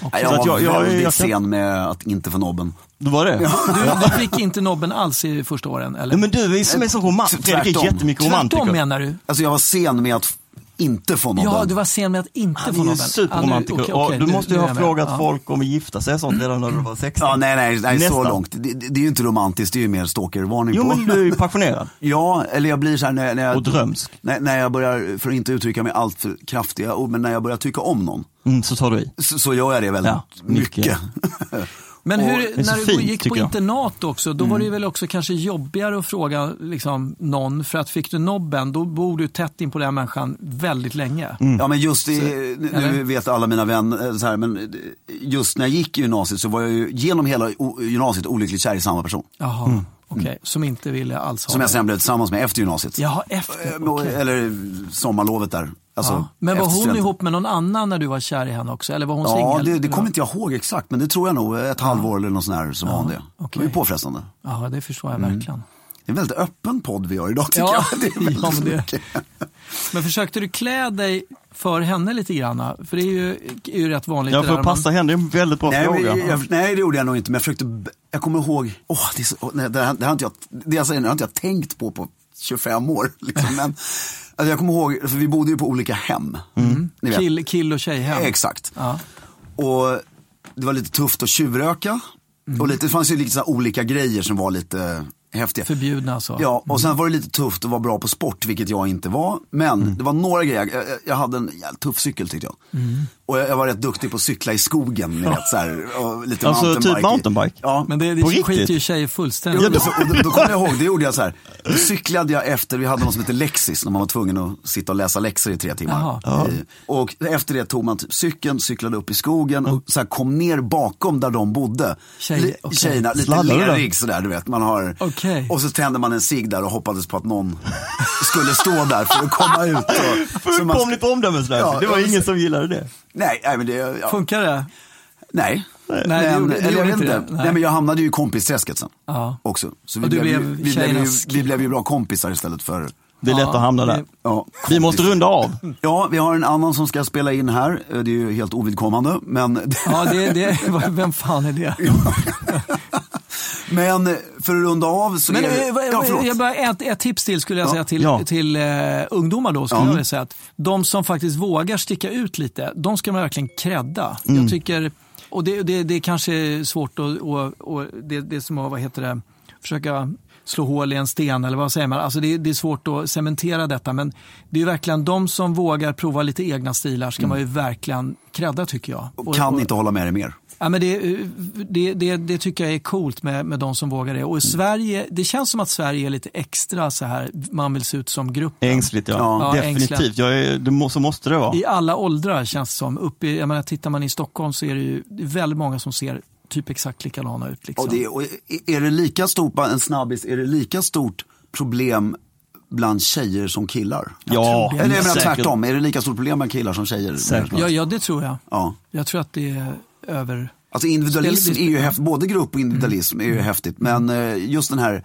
Speaker 1: Nej,
Speaker 5: Så
Speaker 1: jag var
Speaker 5: att jag- jag-
Speaker 1: väldigt
Speaker 5: jag-
Speaker 1: sen med att inte få nobben.
Speaker 5: Det var det?
Speaker 4: Du, du fick inte nobben alls i första åren, eller?
Speaker 5: Nej men du är som är så romant, Fredrik är
Speaker 1: Tvärtom.
Speaker 5: jättemycket
Speaker 4: Tvärtom
Speaker 5: romantiker.
Speaker 4: menar du?
Speaker 1: Alltså jag var sen med att inte få någon
Speaker 4: Ja,
Speaker 1: ja,
Speaker 4: du var sen med att inte
Speaker 5: Han
Speaker 4: få
Speaker 5: är ju
Speaker 4: Nobel.
Speaker 5: superromantiker.
Speaker 4: Ah, nu- okej,
Speaker 5: och
Speaker 4: okej,
Speaker 5: du
Speaker 4: nu-
Speaker 5: måste ju
Speaker 4: nu är
Speaker 5: ha
Speaker 4: jag med.
Speaker 5: frågat
Speaker 4: Ja.
Speaker 5: folk om att gifta sig och sånt redan när du var 16.
Speaker 1: ja, nej, nej, nej så
Speaker 5: Nästan.
Speaker 1: långt. Det, det, det är ju inte romantiskt, det är ju mer stalkervarning
Speaker 5: Jo,
Speaker 1: på.
Speaker 5: men du är ju passionerad
Speaker 1: Ja, eller jag blir så här när, jag- när jag...
Speaker 5: och drömsk.
Speaker 1: När, när jag börjar, för att inte uttrycka mig allt för kraftiga ord, men när jag börjar tycka om någon
Speaker 5: Mm, så tar du i.
Speaker 1: så, så gör jag det väldigt
Speaker 5: Ja, mycket.
Speaker 1: mycket.
Speaker 4: Men
Speaker 5: det är
Speaker 4: hur,
Speaker 5: så
Speaker 4: när du
Speaker 5: fint,
Speaker 4: gick
Speaker 5: tycker
Speaker 4: på
Speaker 5: jag.
Speaker 4: internat också, då var det ju väl också kanske jobbigare att fråga liksom, någon. För att fick du nobben, då bor du tätt in på den här människan väldigt länge.
Speaker 5: Mm.
Speaker 1: Ja men just i, nu
Speaker 4: eller?
Speaker 1: vet alla mina vänner, eh, så här, men eh, just när jag gick i gymnasiet så var jag ju genom hela o- gymnasiet olyckligt kär i samma person.
Speaker 4: Jaha, okej. Som inte ville alls ha
Speaker 1: Som
Speaker 4: det.
Speaker 1: jag sen blev tillsammans med efter gymnasiet.
Speaker 4: Jaha,
Speaker 1: Eh,
Speaker 4: efter.
Speaker 1: men-
Speaker 4: okej.
Speaker 1: Eller sommarlovet där. Alltså,
Speaker 4: ja. Men var
Speaker 1: efter
Speaker 4: hon
Speaker 1: studenten.
Speaker 4: ihop med någon annan när du var kär i henne också? Eller var hon
Speaker 1: Ja,
Speaker 4: singel?
Speaker 1: det, det kommer inte jag ihåg exakt, men det tror jag nog. Ett halvår eller något sånt här så var hon det. Det var
Speaker 4: okej.
Speaker 1: ju påfrestande.
Speaker 4: Ja, det förstår jag
Speaker 1: Mm.
Speaker 4: verkligen.
Speaker 1: Det är en väldigt öppen podd vi har idag tycker
Speaker 4: Ja,
Speaker 1: jag. Det är väldigt
Speaker 4: ja, men det-
Speaker 1: mycket.
Speaker 4: Men försökte du klä dig för henne lite grann? För det är ju, är ju rätt vanligt.
Speaker 5: Ja,
Speaker 4: det
Speaker 5: för
Speaker 4: där
Speaker 5: att passa
Speaker 4: man...
Speaker 5: henne är en väldigt bra
Speaker 1: Nej, men
Speaker 5: fråga.
Speaker 1: jag, jag, nej, det gjorde jag nog inte, men jag försökte, b- jag kommer ihåg, åh, det, är så, åh, nej, det, här, det, här har inte jag, det jag säger nu har inte jag tänkt på på 25 år. Liksom, men, alltså, jag kommer ihåg, för vi bodde ju på olika hem.
Speaker 4: Mm.
Speaker 1: Ni vet.
Speaker 4: Kill, kill och tjejhem.
Speaker 1: Exakt.
Speaker 4: Ja.
Speaker 1: Och det var lite tufft att tjuvröka. Och lite, det fanns ju lite så här olika grejer som var lite eh, häftiga.
Speaker 4: Förbjudna alltså.
Speaker 1: Ja, och sen var det lite tufft att vara bra på sport, vilket jag inte var. Men det var några grejer, jag, jag- jag hade en jävligt tuff cykel tyckte jag. Och jag, jag var rätt duktig på att cykla i skogen, ni vet så här, och lite
Speaker 5: Alltså, typ
Speaker 1: mountainbike.
Speaker 5: mountainbike?
Speaker 1: Ja,
Speaker 4: Men det, det
Speaker 5: På
Speaker 4: skiter
Speaker 5: riktigt?
Speaker 4: ju tjejer fullständigt
Speaker 1: Jo,
Speaker 4: i.
Speaker 1: men så, och då, då kommer jag ihåg, det gjorde jag så här. Då cyklade jag efter, vi hade något som hette Lexis, när man var tvungen att sitta och läsa läxor i tre timmar. Eh, Och efter det tog man typ cykeln, cyklade upp i skogen och så här kom ner bakom där de bodde.
Speaker 4: Tjej-
Speaker 1: Li-
Speaker 4: okej.
Speaker 1: Tjejerna, lite
Speaker 5: Sladdade du då?
Speaker 1: lerig sådär du vet. Man har,
Speaker 4: Okej.
Speaker 1: Och så tände man en cigg där och hoppades på att någon skulle stå där för att komma ut. Och, så man-
Speaker 5: Fullkomligt omdömeslöst.
Speaker 1: Ja,
Speaker 5: det var
Speaker 1: ja,
Speaker 5: ingen som gillade det.
Speaker 1: nej, nej, men det, ja,
Speaker 4: Funkar det?
Speaker 1: nej.
Speaker 4: Nej, det gjorde- det
Speaker 1: eller jag
Speaker 4: gjorde
Speaker 1: vet
Speaker 4: inte
Speaker 1: inte.
Speaker 4: det.
Speaker 1: Nej.
Speaker 4: Nej.
Speaker 1: men jag hamnade ju i kompisträsket sen.
Speaker 4: Ja.
Speaker 1: Också. Så vi,
Speaker 4: Och du
Speaker 1: blev, ju,
Speaker 4: blev
Speaker 1: vi, blev ju,
Speaker 4: tjejernas
Speaker 1: vi blev ju bra kompisar istället för
Speaker 5: Det är lätt att hamna där.
Speaker 1: Ja,
Speaker 5: Vi måste runda av.
Speaker 1: Ja, vi har en annan som ska spela in här. Eh, Det är ju helt ovidkommande. Men,
Speaker 4: Ja, det, det, vem fan är det?
Speaker 1: men för att runda av så
Speaker 4: Men
Speaker 1: är det...
Speaker 4: eh, vad-
Speaker 1: ja, förlåt.
Speaker 4: jag bara, ett, ett tips till skulle jag säga till,
Speaker 5: ja.
Speaker 4: till eh, ungdomar då. Skulle
Speaker 1: Ja.
Speaker 4: jag vilja säga att de som faktiskt vågar sticka ut lite, de ska man verkligen credda.
Speaker 1: Mm.
Speaker 4: Jag tycker, och det, det, det är kanske är svårt att, och, och det, det är som att, vad heter det, försöka slå hål i en sten eller vad säger man? Alltså det, det är svårt att cementera detta men det är ju verkligen de som vågar prova lite egna stilar ska man ju verkligen credda tycker jag. Och-
Speaker 1: Mm. Kan
Speaker 4: och-
Speaker 1: inte hålla med dig mer.
Speaker 4: Ja, men det, det, det, det tycker jag är coolt med, med de som vågar det. Och i Sverige, det känns som att Sverige är lite extra så här, man vill se ut som grupp.
Speaker 5: Ängsligt ja.
Speaker 4: Ja,
Speaker 5: Definitivt.
Speaker 4: ängsligt.
Speaker 5: Jag är, det må, så måste det vara.
Speaker 4: I alla åldrar känns det som. Uppe, i- jag menar, tittar man i Stockholm så är det ju det är väldigt många som ser typ exakt likadana ut. Liksom.
Speaker 1: Och det, och är det lika stort, bara en snabbis, är det lika stort problem bland tjejer som killar?
Speaker 5: Ja,
Speaker 1: Eller jag menar
Speaker 5: säkert.
Speaker 1: tvärtom, är det lika stort problem bland killar som tjejer?
Speaker 5: Säkert.
Speaker 4: ja, ja, det tror jag.
Speaker 1: Ja.
Speaker 4: Jag tror att det är över...
Speaker 1: Alltså individualism
Speaker 4: Spelar det-
Speaker 1: är ju häftigt, både grupp och individualism är ju häftigt. Men eh, just den här,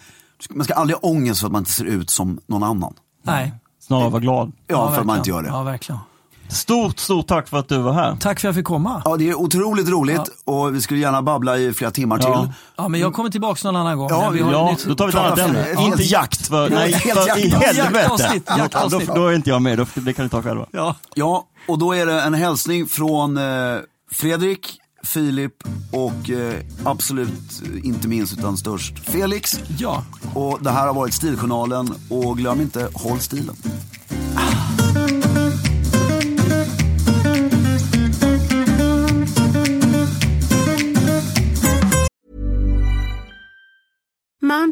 Speaker 1: man ska aldrig ha ångest för att man inte ser ut som någon annan.
Speaker 4: Nej.
Speaker 5: Snarare var glad.
Speaker 1: Ja, för att man
Speaker 4: verkligen.
Speaker 1: inte gör det.
Speaker 4: Ja, verkligen.
Speaker 5: Stort, stort tack för att du var här.
Speaker 4: Tack för att jag fick komma.
Speaker 1: Ja, det är otroligt roligt och vi skulle gärna babbla i flera timmar
Speaker 5: Ja.
Speaker 1: till.
Speaker 4: Ja, men jag kommer tillbaka någon annan gång.
Speaker 1: Ja,
Speaker 4: när vi har
Speaker 5: Ja,
Speaker 4: nytt-
Speaker 5: då tar vi ett annat
Speaker 1: Klart.
Speaker 5: ämne.
Speaker 1: Ja.
Speaker 5: Inte jakt, för, nej,
Speaker 1: Helt
Speaker 5: för i
Speaker 1: jakt.
Speaker 5: helvete.
Speaker 4: Jaktavsnitt, jaktavsnitt.
Speaker 5: Då, då är inte jag med, då, det kan ni ta själva.
Speaker 4: Ja.
Speaker 1: Ja, och då är det en hälsning från eh, Fredrik, Filip och eh, absolut eh, inte minst utan störst Felix.
Speaker 4: ja.
Speaker 1: Och det här har varit Stiljournalen och glöm inte, håll stilen.
Speaker 7: Mom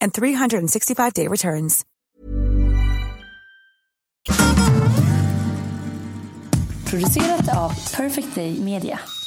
Speaker 8: and 365-day returns.
Speaker 9: Producerat av Perfect Day Media.